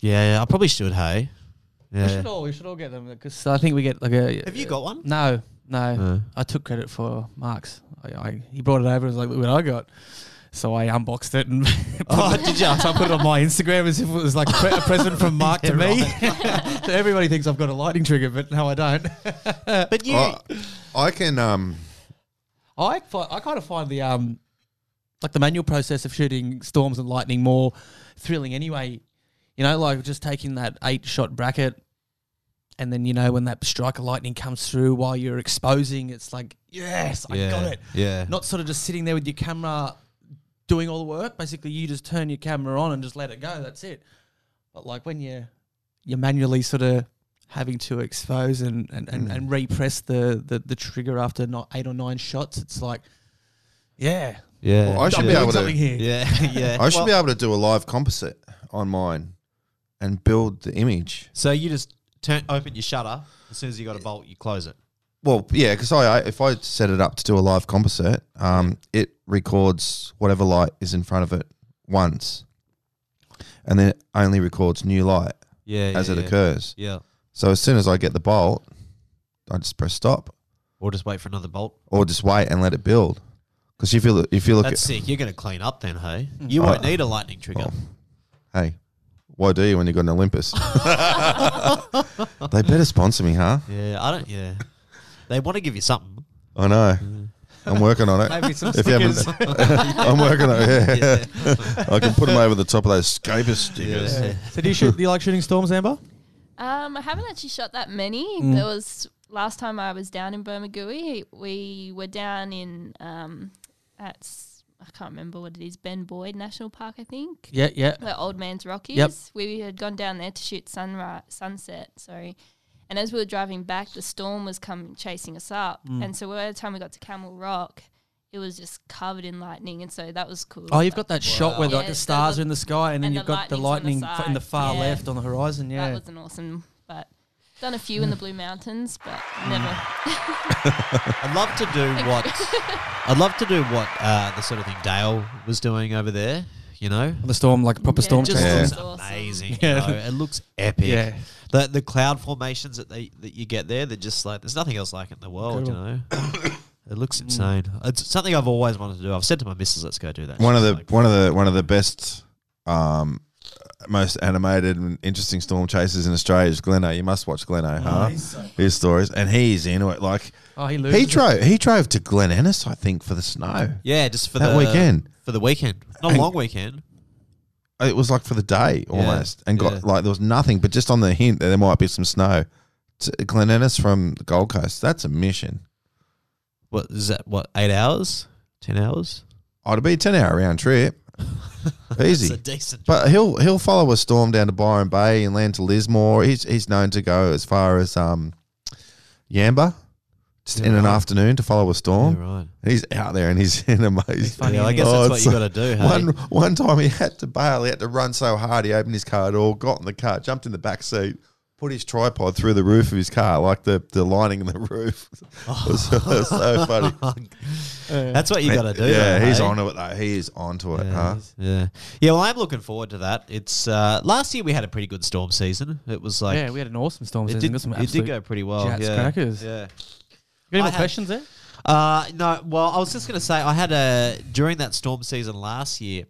B: yeah. yeah, I probably should. Hey.
C: We
B: Yeah.
C: should all, we should all get them because I think we get like a.
B: Have you got one?
C: No, no.
B: No.
C: I took credit for Mark's. I, I, he brought it over and was like, look what I got. So I unboxed it and put
B: Oh,
C: it-
B: did ya?
C: So I put it on my Instagram as if it was like a, pre- a present from Mark
B: Yeah,
C: to me. so everybody thinks I've got a lightning trigger, but no, I don't.
B: But you.
A: Well, I can. Um,
C: I fi- I kind of find the um like the manual process of shooting storms and lightning more thrilling anyway. You know, like just taking that eight shot bracket and then you know when that strike of lightning comes through while you're exposing, it's like, yes, I
B: yeah.
C: got it.
B: Yeah.
C: Not sort of just sitting there with your camera doing all the work. Basically you just turn your camera on and just let it go. That's it. But like when you're you're manually sort of having to expose and and, and,
A: Mm.
C: and repress the, the the trigger after not eight or nine shots, it's like, yeah,
B: yeah.
A: well, I should
C: I'm
A: be
C: doing
A: able to.
C: something here.
B: Yeah. Yeah.
A: I should
B: Well,
A: be able to do a live composite on mine, and build the image.
B: So you just turn open your shutter as soon as you got a bolt, you close it.
A: Well, yeah, because I, I if I set it up to do a live composite, um, it records whatever light is in front of it once, and then it only records new light
B: Yeah.
A: as
B: yeah,
A: it
B: yeah.
A: occurs.
B: Yeah.
A: So as soon as I get the bolt, I just press stop
B: Or just wait for another bolt.
A: or just wait and let it build. Because if you look, if you look
B: That's
A: at
B: sick. You're going to clean up then, hey?
C: Mm.
B: You won't need a lightning trigger.
A: hey, why do you when you got an Olympus? they better sponsor me, huh?
B: Yeah, I don't. Yeah, they want to give you something.
A: I know.
B: Mm-hmm.
A: I'm working on it.
C: Maybe some
A: If you haven't- I'm working on it. Yeah. I can put them over the top of those scaper stickers.
B: Yeah.
C: So do you shoot? Do you like shooting storms, Amber?
D: Um, I haven't actually shot that many.
C: Mm.
D: There was last time I was down in Bermagui. We were down in um, at s- I can't remember what it is, Ben Boyd National Park, I think,
C: Yeah, yeah.
D: where Old Man's Rock is.
C: Yep.
D: We had gone down there to shoot sunrise, sunset. Sorry. And as we were driving back, the storm was coming chasing us up,
C: Mm.
D: and so by the time we got to Camel Rock, it was just covered in lightning, and so that was cool.
C: Oh, you've got that shot where
D: Yeah,
C: like the
D: so
C: stars
D: the-
C: are in the sky, and then
D: and
C: you've
D: the
C: got the lightning
D: lightning's on
C: f- in
D: the
C: the
D: side.
C: far
D: Yeah.
C: left on the horizon.
D: that
C: Yeah.
D: was an awesome. But done a few in the Blue Mountains, but
C: Mm.
D: never.
B: I'd love to do what I'd love to do what uh, the sort of thing Dale was doing over there. You know,
C: the storm, like a proper
D: Yeah,
C: storm
B: just
A: Yeah.
B: looks
A: chasing.
D: Awesome.
B: amazing. you
C: Yeah.
B: know? it looks epic.
C: Yeah.
B: The the cloud formations that they that you get there, they're just like there's nothing else like it in the world. You know, it looks insane. It's something I've always wanted to do. I've said to my missus, "Let's go do that."
A: one of
B: She's
A: the
B: like,
A: one of the one of the best um most animated and interesting storm chasers in Australia is Glenno. You must watch Glenno, huh? His stories, and he's into it. Like
C: Oh, he loses.
A: he
C: it.
A: drove, he drove to Glen Ennis, I think, for the snow.
B: yeah, just for
A: That
B: the
A: weekend.
B: for the weekend, not a
A: And-
B: long weekend.
A: It was like for the day almost, and got
B: yeah.
A: like there was nothing, but just on the hint that there might be some snow. To Glen Ennis from the Gold Coast, that's a mission.
B: what is that? What eight hours? Ten hours?
A: Oh, it'd be a ten hour round trip.
B: It's
A: Easy.
B: a decent.
A: But he'll he'll follow a storm down to Byron Bay and land to Lismore. He's he's known to go as far as um Yamba just in an
B: Right.
A: afternoon to follow a storm.
B: Yeah, right.
A: He's out there and he's in a maze.
C: funny,
B: Yeah, I guess
A: Oh,
B: that's what
A: it's
B: you
A: like
B: got to do. Hey?
A: One one time he had to bail. He had to run so hard he opened his car door, got in the car, jumped in the back seat, put his tripod through the roof of his car, like the, the lining of the roof. it, was, it was so funny.
B: Oh, That's what you got to do.
A: Yeah,
B: though,
A: he's
B: hey?
A: onto it though. He is onto it.
B: Yeah,
A: huh?
B: he's- yeah, yeah. Well, I'm looking forward to that. It's uh, last year we had a pretty good storm season. It was like
C: yeah, we had an awesome storm
B: it
C: season.
B: did,
C: Got some
B: it did
C: absolute-
B: go pretty well.
C: jazz
B: yeah,
C: crackers.
B: yeah. I
C: Got any more
B: had-
C: questions there?
B: Uh, no, well, I was just going to say I had a during that storm season last year.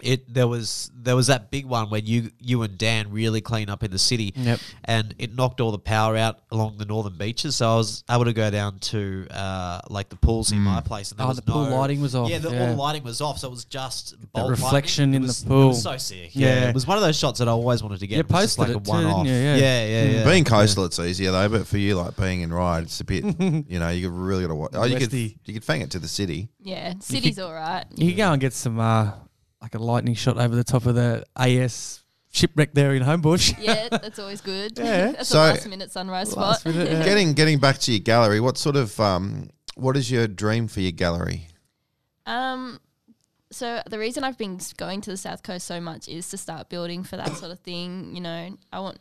B: It there was there was that big one where you you and Dan really clean up in the city,
C: Yep.
B: and it knocked all the power out along the northern beaches. So I was able to go down to uh, like the pools in
A: Hmm.
B: my place, and there
C: Oh,
B: was
C: the pool
B: no-
C: lighting was off.
B: Yeah, the, all
C: Yeah.
B: the lighting was off, so it was just bolt
C: reflection
B: lightning. It
C: in the
B: was- It
C: pool.
B: was so sick. Yeah.
C: Yeah.
B: it was one of those shots that I always wanted to get.
C: You
B: It was just
C: posted
B: like
C: it
B: a
C: too,
B: one off.
C: didn't you? Yeah.
B: yeah, yeah, yeah.
A: Being coastal, it's easier though, but for you, like being in ride, it's a bit. you know, you really got to watch. Oh, you could
C: Westy.
A: you could fang it to the city.
D: Yeah, city's all right.
C: You can go and get some uh, like a lightning shot over the top of the AS shipwreck there in Homebush.
D: Yeah, that's always good.
C: Yeah.
D: that's
A: So-
D: a last minute sunrise spot.
C: Last minute, yeah.
A: Getting getting back to your gallery, what sort of um, what is your dream for your gallery?
D: Um, so the reason I've been s- going to the south coast so much is to start building for that sort of thing. You know, I want.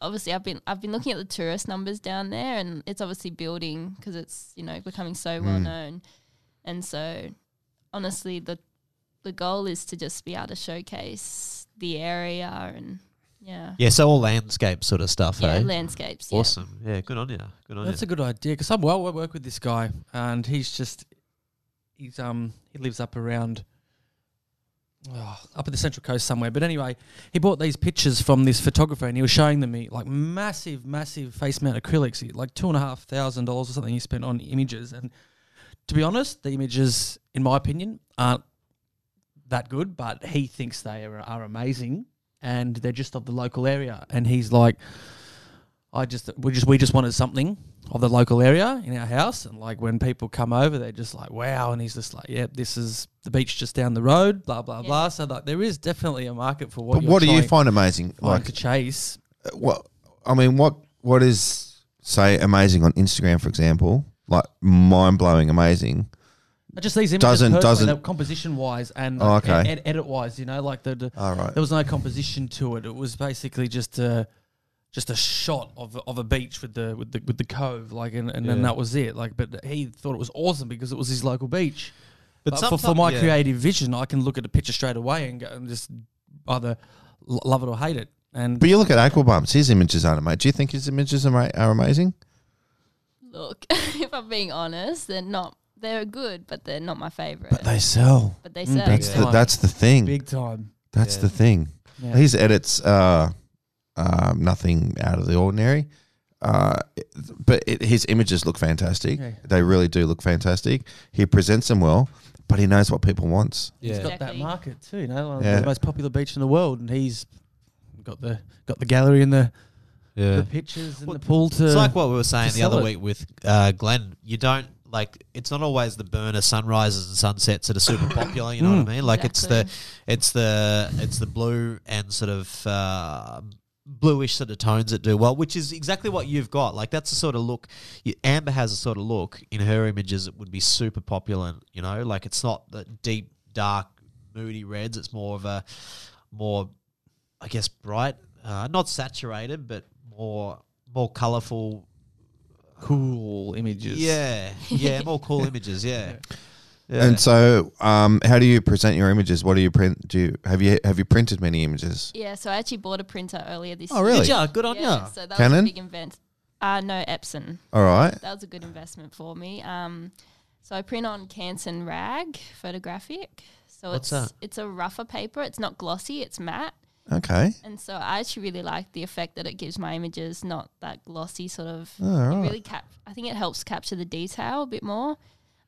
D: Obviously, I've been I've been looking at the tourist numbers down there, and it's obviously building because it's you know becoming so
C: Mm.
D: well known, and so honestly, the the goal is to just be able to showcase the area and yeah,
B: Yeah, so all landscape sort of stuff.
D: yeah,
B: eh?
D: landscapes. yeah.
B: Awesome. Yeah, good on you. Good on
C: That's
B: you.
C: a good idea because I'm well. I work with this guy, and he's just he's um he lives up around oh, up at the central coast somewhere. But anyway, he bought these pictures from this photographer, and he was showing them me like massive, massive face mount acrylics, he- like two and a half thousand dollars or something he spent on images. And to be honest, the images, in my opinion, aren't that good, but he thinks they are, are amazing, and they're just of the local area. And he's like. I just we just we just wanted something of the local area in our house, and like when people come over, they're just like, "Wow!" And he's just like, "Yep, this is the beach just down the road." Blah blah
D: Yeah.
C: blah. So like, there is definitely a market for what.
A: But
C: you're
A: what do you
C: trying-
A: find amazing?
C: trying
A: Like,
C: to chase?
A: uh, what I mean, what what is say amazing on Instagram, for example, like mind blowing amazing.
C: Uh, Just these images
A: Doesn't-
C: doesn't
A: doesn't-
C: composition wise and
A: Oh,
C: like,
A: okay.
C: ed- ed- edit wise, you know, like the, the
A: All right,
C: there was no composition to it. It was basically just a just a shot of a- of a beach with the with the with the cove, like, and, and then
B: Yeah.
C: that was it. Like, but he thought it was awesome because it was his local beach. But, for, for
B: sometime-
C: my
B: yeah.
C: creative vision, I can look at a picture straight away and go and just either l- love it or hate it. And
A: but you look at Aquabumps. His images aren't amazing. Do you think his images are, ma- are amazing?
D: Look, if I'm being honest, they're not. They're good, but they're not my favorite.
A: But they sell.
D: But they
C: Mm,
D: sell.
A: That's
B: Yeah.
A: the that's the thing.
C: big time.
A: That's
B: Yeah.
A: the thing.
C: Yeah.
A: His edits are um, nothing out of the ordinary, uh, it- but it, his images look fantastic.
C: Yeah.
A: They really do look fantastic. He presents them well, but he knows what people wants.
C: He's
B: Yeah.
C: got that
D: Exactly.
C: market too. You know, like
A: Yeah.
C: the most popular beach in the world, and he's got the got the gallery and the,
B: yeah.
C: the pictures and
B: Well,
C: the pool to.
B: It's like what we were saying
C: to
B: the
C: sell
B: other
C: it.
B: week with uh, Glenn. You don't like it's not always the burner sunrises and sunsets that are super popular. You know
C: Mm.
B: what I mean? Like it's the it's the it's the blue and sort of. Uh, bluish sort of tones that do well which is exactly what you've got like that's the sort of look you, amber has a sort of look in her images that would be super popular you know like it's not the deep dark moody reds it's more of a more I guess bright, uh, not saturated, but more more colourful.
C: cool images.
B: Yeah, yeah, more cool images. Yeah,
A: And so, um, how do you present your images? What do you print? Do you, have you have you printed many images?
D: Yeah, so I actually bought a printer earlier this
A: Oh,
D: year.
A: really?
B: Good job, Good on
D: Yeah,
B: ya.
D: so that was
A: Canon?
D: a big invent. Uh, no, Epson.
A: All right.
D: That was a good investment for me. Um, so I print on Canson Rag Photographic. So
B: What's
D: it's
B: that?
D: it's a rougher paper. It's not glossy. It's matte.
A: Okay.
D: And so I actually really like the effect that it gives my images. Not that glossy sort of.
A: All
D: It
A: Oh, right.
D: really cap. I think it helps capture the detail a bit more.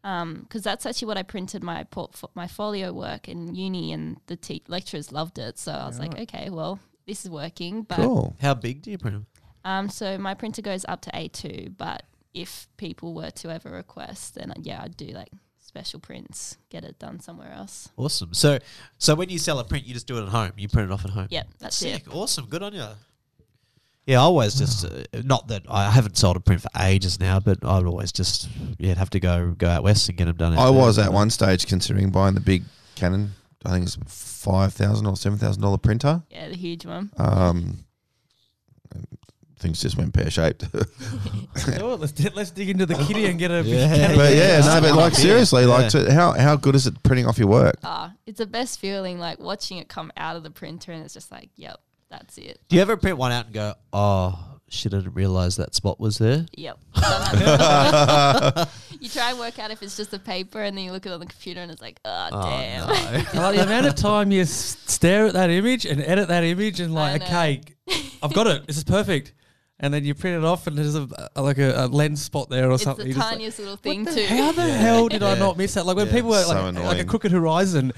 D: Because that's actually what I printed my portf- my folio work in uni, and the te- lecturers loved it. So I was like, okay, well, this is working. But
A: Cool.
B: How big do you print them?
D: um, so my printer goes up to A2, but if people were to ever request, then uh, yeah, I'd do like special prints, get it done somewhere else.
B: Awesome. So, so when you sell a print, you just do it at home. You print it off at home.
D: Yep, that's
B: Sick.
D: it.
B: Awesome. Good on you. Yeah, I always just uh, not that I haven't sold a print for ages now, but I'd always just yeah have to go go out west and get them done. out
A: I
B: there.
A: was at one stage considering buying the big Canon. I think it's five thousand or seven thousand dollar printer.
D: Yeah, the huge one.
A: Um, things just went pear shaped.
C: Oh, let's, di- let's dig into the kitty and get a.
B: Yeah.
C: get a-
A: but yeah, no, but like
B: Yeah.
A: seriously, like
B: Yeah.
A: to, how how good is it printing off your work?
D: Ah, it's the best feeling, like watching it come out of the printer, and it's just like, yep, that's it.
B: Do you ever print one out and go, oh shit, I didn't realize that spot was there?
D: Yep. Done. you try and work out if it's just a paper, and then you look at it on the computer, and it's like, oh, damn.
C: Like, the amount of time you s- stare at that image and edit that image and like,
D: know.
C: okay, I've got it. This is perfect. And then you print it off and there's a, a like a, a lens spot there or
D: it's
C: something.
D: the
C: You're just like,
D: tiniest little thing
C: What
D: too.
C: the- How the hell did I
B: Yeah.
C: not miss that? Like when
B: Yeah,
C: people were
A: so
C: like, like a
A: annoying.
C: crooked horizon,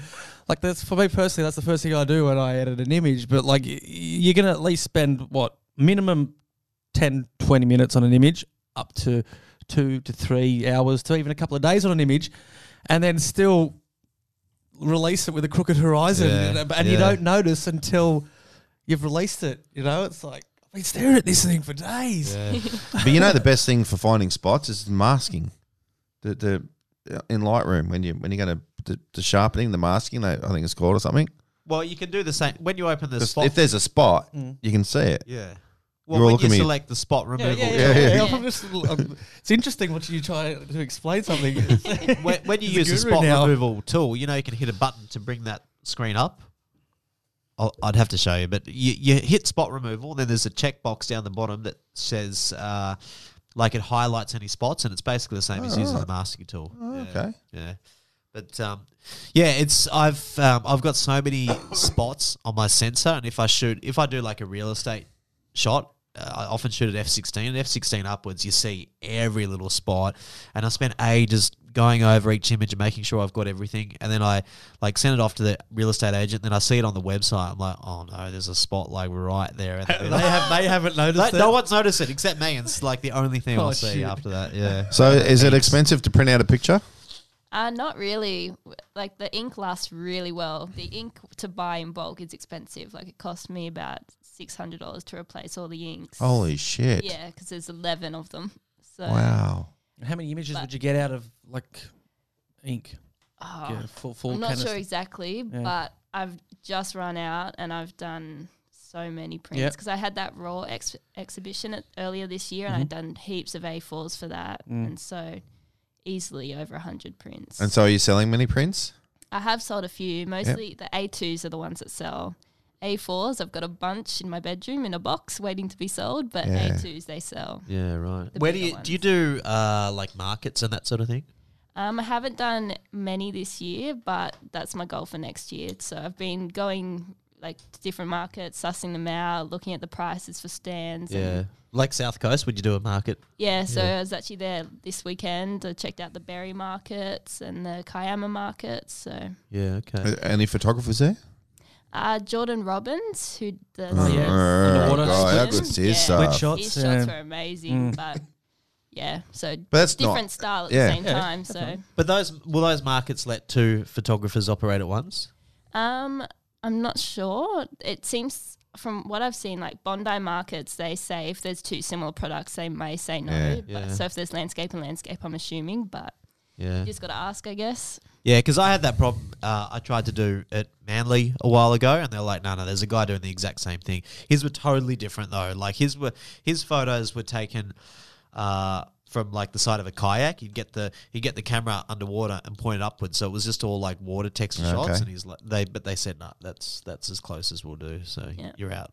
C: like that's for me personally, that's the first thing I do when I edit an image. But like y- you're gonna at least spend what minimum 10, 20 minutes on an image, up to two to three hours to even a couple of days on an image, and then still release it with a crooked horizon,
B: Yeah,
C: and, and you
B: yeah.
C: don't notice until you've released it. You know, it's like I've been staring at this thing for days.
A: But you know the best thing for finding spots is masking. The the uh, in Lightroom when you when you're going to the, the sharpening, the masking, they- I think it's called or something.
B: Well, you can do the same when you open the
A: 'Cause
B: spot.
A: If there's a spot,
C: Mm.
A: you can see it.
B: yeah.
A: You
B: Well,
A: all
B: when
A: look
B: you
A: at me.
B: select the spot removal,
A: Yeah, yeah.
C: I'm just- I'm- um, it's interesting what you try to explain something.
B: when, when you
C: He's a
B: use the
C: guru
B: spot
C: now.
B: removal tool, you know you can hit a button to bring that screen up. I'll, I'd have to show you, but you, you hit spot removal, then there's a checkbox down the bottom that says uh, like it highlights any spots, and it's basically the same
C: Oh,
B: as using the masking tool. Yeah,
A: okay.
B: yeah. But um, yeah, it's I've um, I've got so many spots on my sensor, and if I shoot, if I do like a real estate shot. Uh, I often shoot at f sixteen, and f sixteen upwards, you see every little spot. And I spent ages going over each image and making sure I've got everything. And then I like send it off to the real estate agent. Then I see it on the website. I'm like, oh no, there's a spot like right there. at the
C: they
B: middle."
C: have they haven't noticed.
B: no one's noticed it except me. and It's like the only thing
C: Oh,
B: I'll see
C: shit.
B: after that. Yeah.
A: So is it expensive to print out a picture?
D: Uh, not really. W- Like the ink lasts really well. The ink to buy in bulk is expensive. Like it cost me about six hundred dollars to replace all the inks.
A: Holy Oh, shit!
D: yeah, because there's eleven of them. So
A: Wow.
C: How many images
D: But-
C: would you get out of like ink?
D: oh,
C: Yeah, full full
D: I'm not
C: canister.
D: sure exactly,
C: Yeah.
D: but I've just run out and I've done so many prints
C: Yep.
D: because I had that raw ex- exhibition at, earlier this year and I'd done heaps of A4s for that,
C: Mm-hmm. Mm.
D: and so easily over hundred prints.
A: And so are you selling many prints?
D: I have sold a few. Mostly the A2s are the ones that sell. A4s, I've got a bunch in my bedroom in a box waiting to be sold, but
A: Yeah.
D: A2s they sell.
B: Yeah. Right.
D: The
B: Where do
D: bigger
B: you do you do uh, like markets and that sort of thing?
D: Um, I haven't done many this year, but that's my goal for next year. So I've been going like to different markets, sussing them out, looking at the prices for stands. And
B: Like South Coast, would you do a market?
D: yeah, so
B: Yeah.
D: I was actually there this weekend. I checked out the berry markets and the Kayama markets. So
B: Yeah. Okay.
A: Uh, Any photographers there?
D: uh, Jordan Robbins, who the
C: Oh, yeah. Underwater
A: God, how
D: splits.
A: good's his
D: Yeah.
A: stuff?
C: Split shot.
D: His
C: shots,
D: shots
C: uh,
D: were amazing,
C: mm.
D: but yeah, so
A: But that's not-
D: different style at
A: yeah.
D: the same
C: Yeah,
D: time. So
B: But those will those markets let two photographers operate at once?
D: um, I'm not sure. It seems from what I've seen, like Bondi markets, they say if there's two similar products, they may say no.
A: Yeah.
D: But,
B: Yeah.
D: So if there's landscape and landscape, I'm assuming, but
B: Yeah,
D: you just got to ask, I guess.
B: yeah. Because I had that problem. Uh, I tried to do at Manly a while ago, and they're like, "No, no, there's a guy doing the exact same thing." His were totally different though. Like his were his photos were taken uh, from like the side of a kayak. You'd get the you get the camera underwater and point it upwards, so it was just all like water texture
A: Okay.
B: shots. And he's like, "They," but they said, "No, that's that's as close as we'll do." So
D: Yeah.
B: you're out.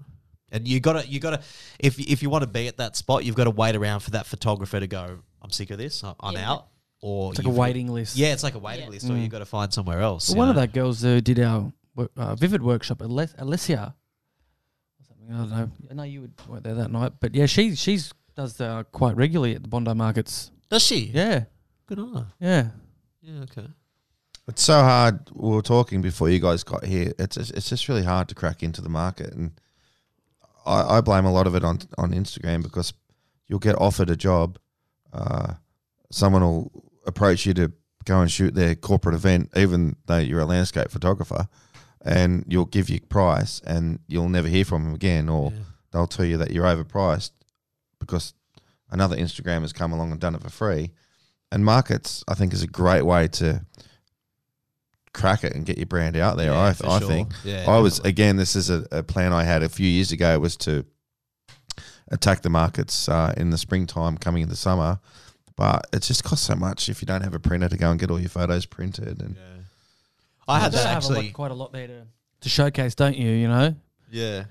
B: And you gotta, you gotta, if if you want to be at that spot, you've got to wait around for that photographer to go. I'm sick of this. I- I'm
D: Yeah.
B: out. Or
C: It's like a
B: you've-
C: waiting list.
B: Yeah, it's like a waiting
D: Yeah.
B: list, or you've got to find somewhere else.
C: Mm. Well,
B: you
C: one of
B: know?
C: the girls who did our wo- uh, Vivid workshop, Ale- Alessia, or something. I don't know. I know you would weren't there that night, but yeah, she she's does uh, quite regularly at the Bondi markets.
B: Does she?
C: Yeah,
B: Good on her.
C: yeah.
B: Yeah, okay.
A: It's so hard. We were talking before you guys got here. It's just, it's just really hard to crack into the market, and I, I blame a lot of it on on Instagram because you'll get offered a job, uh, someone will approach you to go and shoot their corporate event, even though you're a landscape photographer, and you'll give you price, and you'll never hear from them again, or
B: Yeah.
A: they'll tell you that you're overpriced because another Instagram has come along and done it for free. And markets, I think, is a great way to crack it and get your brand out there.
B: Yeah,
A: I,
B: for
A: I
B: sure.
A: think.
B: Yeah,
A: I was
B: definitely.
A: again. This is a, a plan I had a few years ago was to attack the markets uh, in the springtime, coming in the summer. But it just costs so much if you don't have a printer to go and get all your photos printed. And
B: Yeah. I had
C: You
B: that
C: have a lot-
B: actually.
C: quite a lot there to, to showcase, don't you? You know,
B: Yeah.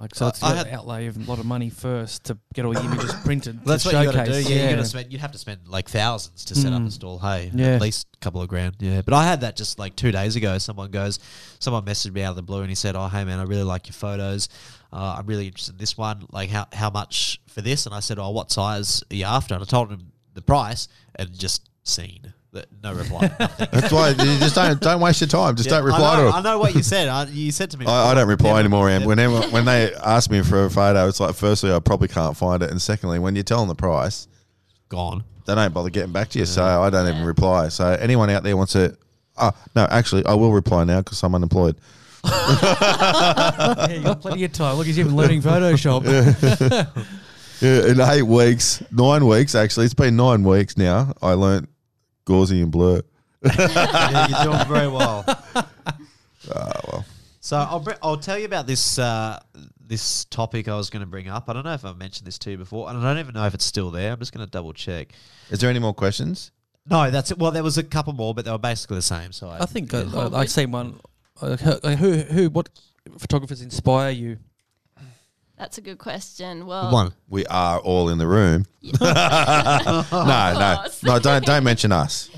C: like so,
B: I-
C: it's
B: Uh, I
C: I
B: had-
C: had outlay of a lot of money first to get all your images printed.
B: That's
C: to
B: what you got to
C: showcase.
B: do. Yeah, you got to spend. You'd have to spend like thousands to set up a
C: Mm.
B: stall. Hey,
C: Yeah.
B: at least a couple of grand. Yeah, but I had that just like two days ago. Someone goes, someone messaged me out of the blue, and he said, "Oh, hey man, I really like your photos. Uh, I'm really interested in this one. Like, how how much for this?" And I said, "Oh, what size are you after?" And I told him the price, and just seen that no reply. nothing.
A: that's why you just don't don't waste your time. Just
B: Yeah,
A: don't reply
B: I
A: to
B: know,
A: them.
B: I know what you said. I, you said to me,
A: I, I don't reply
B: Never-
A: anymore, Em.
B: never-
A: Whenever when they ask me for a photo, it's like firstly I probably can't find it, and secondly, when you tell them the price,
B: gone.
A: they don't bother getting back to you. So I don't even reply. So anyone out there wants to, oh no, actually I will reply now because I'm unemployed.
C: yeah, you got plenty of time. Look, he's even learning Photoshop.
A: Yeah, in eight weeks, nine weeks actually, it's been nine weeks now. I learnt Gauzy and Blur.
B: yeah, you're doing very well.
A: Ah,
B: So I'll br- I'll tell you about this uh, this topic I was going to bring up. I don't know if I mentioned this to you before, and I don't even know if it's still there. I'm just going to double check.
A: Is there any more questions?
B: No, that's it. Well, there was a couple more, but they were basically the same. So I,
C: I think
B: yeah.
C: I, I, I've seen one. I heard- like, Who, who, what photographers inspire you?
D: That's a good question.
B: Good
D: Well,
B: one.
A: We are all in the room. no, no,
D: course.
A: no. Don't don't mention us.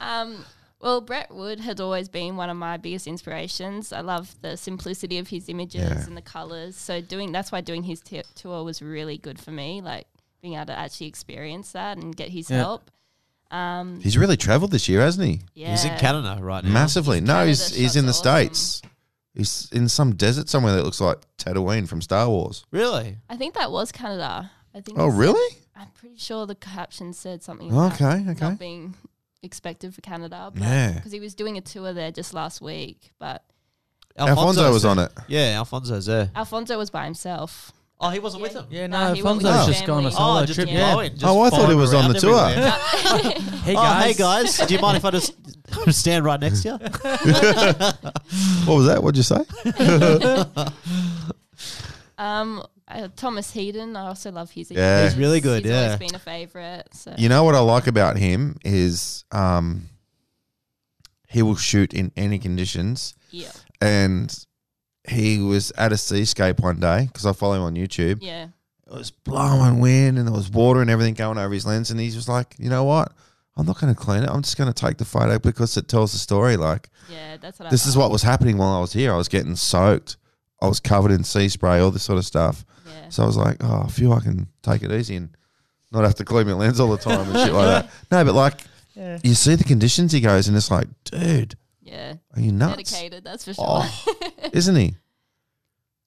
D: Um, well, Brett Wood had always been one of my biggest inspirations. I love the simplicity of his images
A: Yeah.
D: and the colors. So doing that's why doing his t- tour was really good for me, like being able to actually experience that and get his
C: Yeah.
D: help. Um,
A: He's really travelled this year, hasn't he?
D: yeah,
B: He's in Canada right now.
A: Massively. No,
D: Canada
A: he's he's
D: shots
A: in
D: are
A: the
D: awesome.
A: states. He's in some desert somewhere that looks like Tatooine from Star Wars.
B: Really?
D: I think that was Canada. I think.
A: Oh,
D: it's-
A: really?
D: I'm pretty sure the caption said something. about
A: Okay, okay.
D: Not being expected for Canada.
A: Yeah.
D: Because he was doing a tour there just last week, but
A: Alfonso was on it.
B: Yeah, Alfonso's there.
D: Alfonso was by himself.
B: Oh, he wasn't with
D: Yeah.
B: him.
C: Yeah,
D: no,
C: no,
D: he went with
C: Alfonso's
A: his
C: just gone on
D: family.
C: a
D: Oh,
C: solo
B: just
C: trip.
B: a
C: Yeah.
B: blowing, just
A: Oh, I thought he
B: following
A: was on
B: around
A: the tour.
B: everywhere.
C: Hey
B: Oh,
C: guys.
B: hey guys, do you mind if I just stand right next to you?
A: What was that? What'd you say?
D: Um, uh, Thomas Heaton, I also love his.
A: Yeah.
D: images.
B: He's really good,
D: He's
B: yeah.
D: always been a favorite. So
A: You know what I like about him is um, he will shoot in any conditions.
D: yeah,
A: And he was at a seascape one day because I follow him on YouTube.
D: yeah,
A: It was blowing wind and there was water and everything going over his lens. And he was like, you know what? I'm not going to clean it. I'm just going to take the photo because it tells the story. Like,
D: yeah. That's what
A: this
D: I.
A: is what was happening while I was here. I was getting soaked. I was covered in sea spray, all this sort of stuff.
D: what. Yeah.
A: So I was like, oh, I feel I can take it easy and not have to clean my lens all the time and shit like that. No, but like, you see the conditions he goes, and it's like, dude,
D: Yeah,
A: are you nuts?
D: dedicated. That's for sure.
A: Oh, isn't he?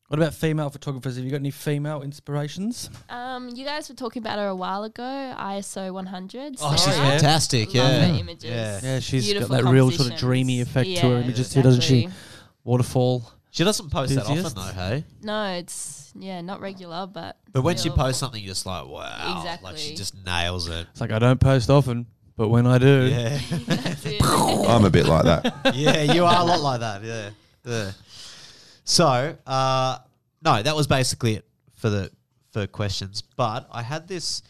C: What about female photographers? Have you got any female inspirations?
D: Um, you guys were talking about her a while ago. ISO 100.
B: Oh, she's
D: Sarah.
C: yeah.
B: fantastic.
D: Love
B: Yeah.
D: her images.
B: Yeah.
C: Yeah, she's
D: Beautiful
C: got that real sort of
D: compositions.
C: dreamy effect to
D: Yeah,
C: her images too, doesn't she?
D: exactly.
C: Waterfall.
B: She doesn't post that often
C: Enthusiasts.
B: though, hey?
D: No, it's yeah, not regular, but
B: But when she
D: still-
B: posts something, you're just like, wow. Like she
D: Exactly.
B: just nails it.
C: It's like I don't post often, but when I do,
B: Yeah.
D: That's it.
A: I'm a bit like that.
B: yeah, you are a lot like that. Yeah. yeah. So, uh, no, that was basically it for the for questions. But I had this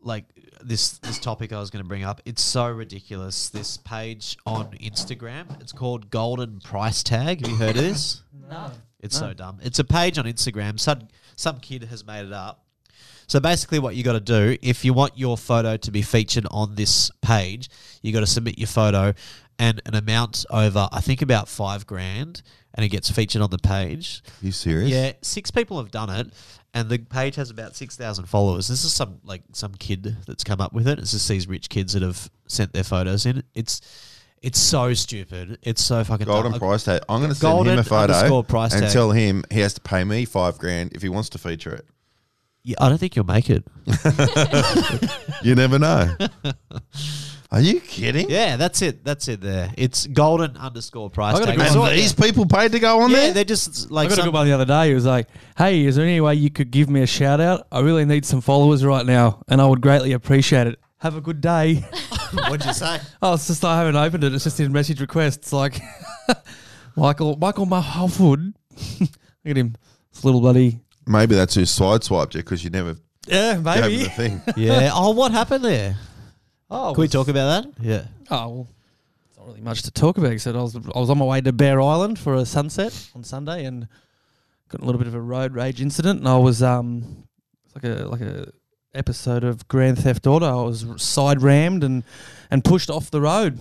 B: like this this topic I was going to bring up. It's so ridiculous. This page on Instagram. It's called Golden Price Tag. Have you heard of this?
D: No.
B: It's so dumb. It's a page on Instagram. Some some kid has made it up. So basically, what you got to do if you want your photo to be featured on this page, you got to submit your photo and an amount over, I think, about five grand, and it gets featured on the page.
A: you serious?
B: Yeah, six people have done it, and the page has about six thousand followers. This is some like some kid that's come up with it. It's just these rich kids that have sent their photos in. It's it's so stupid. It's so fucking dumb.
A: Golden
B: I-
A: price tag. I'm going to send
B: Uh, Golden
A: him a photo
B: underscore price
A: and
B: tag.
A: tell him he has to pay me five grand if he wants to feature it.
B: Yeah, I don't think you'll make it.
A: You never know. Are you kidding?
B: Yeah, that's it. That's it. There, it's golden underscore price.
C: I got a
B: tag.
C: good
B: I
A: And
B: saw-
A: these people paid to go on
B: yeah,
A: there.
B: they're just like
C: I got a
B: some-
C: good one the other day. He was like, "Hey, is there any way you could give me a shout out? I really need some followers right now, and I would greatly appreciate it. Have a good day."
B: What'd you say?
C: oh, it's just I haven't opened it. It's just in message requests. Like Michael, Michael Mahfoud. Look at him, it's a little bloody.
A: Maybe that's who sideswiped you because you never
C: Yeah,
A: gave them
C: maybe.
A: the thing.
B: yeah. Oh, what happened there?
C: Oh,
B: Can we talk about that? Yeah.
C: Oh, well, it's not really much to talk about. Except I was I was on my way to Bear Island for a sunset on Sunday and got in a little bit of a road rage incident, and I was um it's like a like a episode of Grand Theft Auto. I was side rammed and and pushed off the road.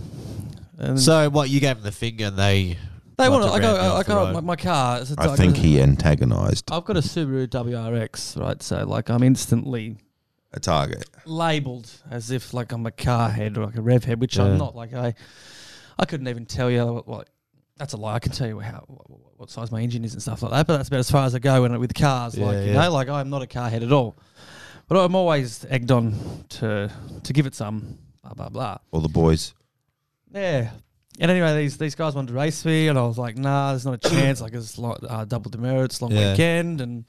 C: And
B: So what you gave them the finger and they
C: they
B: like
C: want
B: to
C: to. I
B: ram me
C: go.
B: off
C: I
B: the
C: go.
B: road.
C: My, my car. It's a-
A: I
C: got
A: think
C: a-
A: he antagonised
C: I've got a Subaru WRX, right? So like I'm instantly
A: a target.
C: labeled as if like I'm a car head or like a rev head, which
B: Yeah.
C: I'm not. Like I, I couldn't even tell you what. what that's a lie. I can tell you how what, what size my engine is and stuff like that, but that's about as far as I go when, with cars. like
B: Yeah,
C: you
B: yeah.
C: know, like I'm not a car head at all, but I'm always egged on to to give it some blah blah blah.
A: All the boys.
C: Yeah. And anyway, these these guys wanted to race me, and I was like, "Nah, there's not a chance." Like it's like uh, double demerits, long
B: Yeah.
C: weekend, and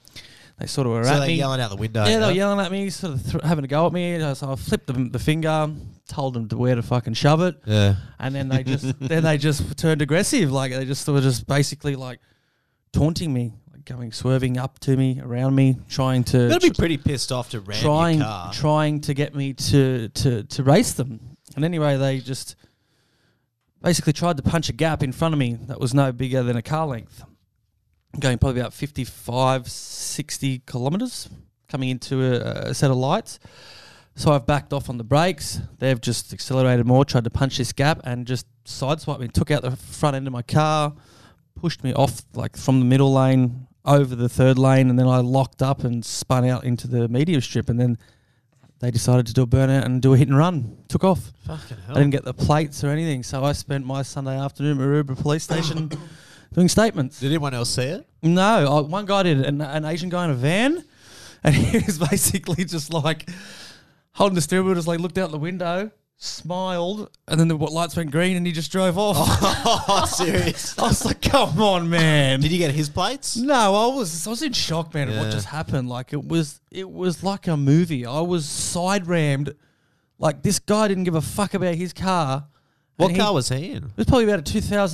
C: they sort of were
B: so
C: at
B: they're
C: me.
B: yelling out the window.
C: Yeah, they were yelling at me, sort of th- having a go at me. and I- So I flipped them the finger, told them to where to fucking shove it,
B: Yeah.
C: and then they just then they just turned aggressive. Like they just were just basically like taunting me, like coming swerving up to me, around me, trying to
B: Gotta be pretty pissed off to ram
C: trying
B: your car.
C: trying to get me to to to race them. And anyway, they just basically tried to punch a gap in front of me that was no bigger than a car length, going probably about 55, 60 kilometers, coming into a, a set of lights. So I've backed off on the brakes. They've just accelerated more, tried to punch this gap, and just sideswiped me. Took out the front end of my car, pushed me off like from the middle lane over the third lane, and then I locked up and spun out into the medium strip. And then they decided to do a burnout and do a hit and run. Took off.
B: Fucking
C: I didn't get the plates or anything, so I spent my Sunday afternoon at Maroubra Police Station doing statements.
B: Did anyone else see it?
C: No, I, one guy did an, an Asian guy in a van, and he was basically just like holding the steering wheel, just like looked out the window, smiled, and then the what, lights went green, and he just drove off.
B: oh, serious.
C: I was like, "Come on, man!"
B: Did you get his plates?
C: no, I was I was in shock, man. At
B: Yeah.
C: what just happened? Like it was it was like a movie. I was side rammed. Like this guy didn't give a fuck about his car.
B: What
C: and he-
B: car was he in?
C: It was probably about a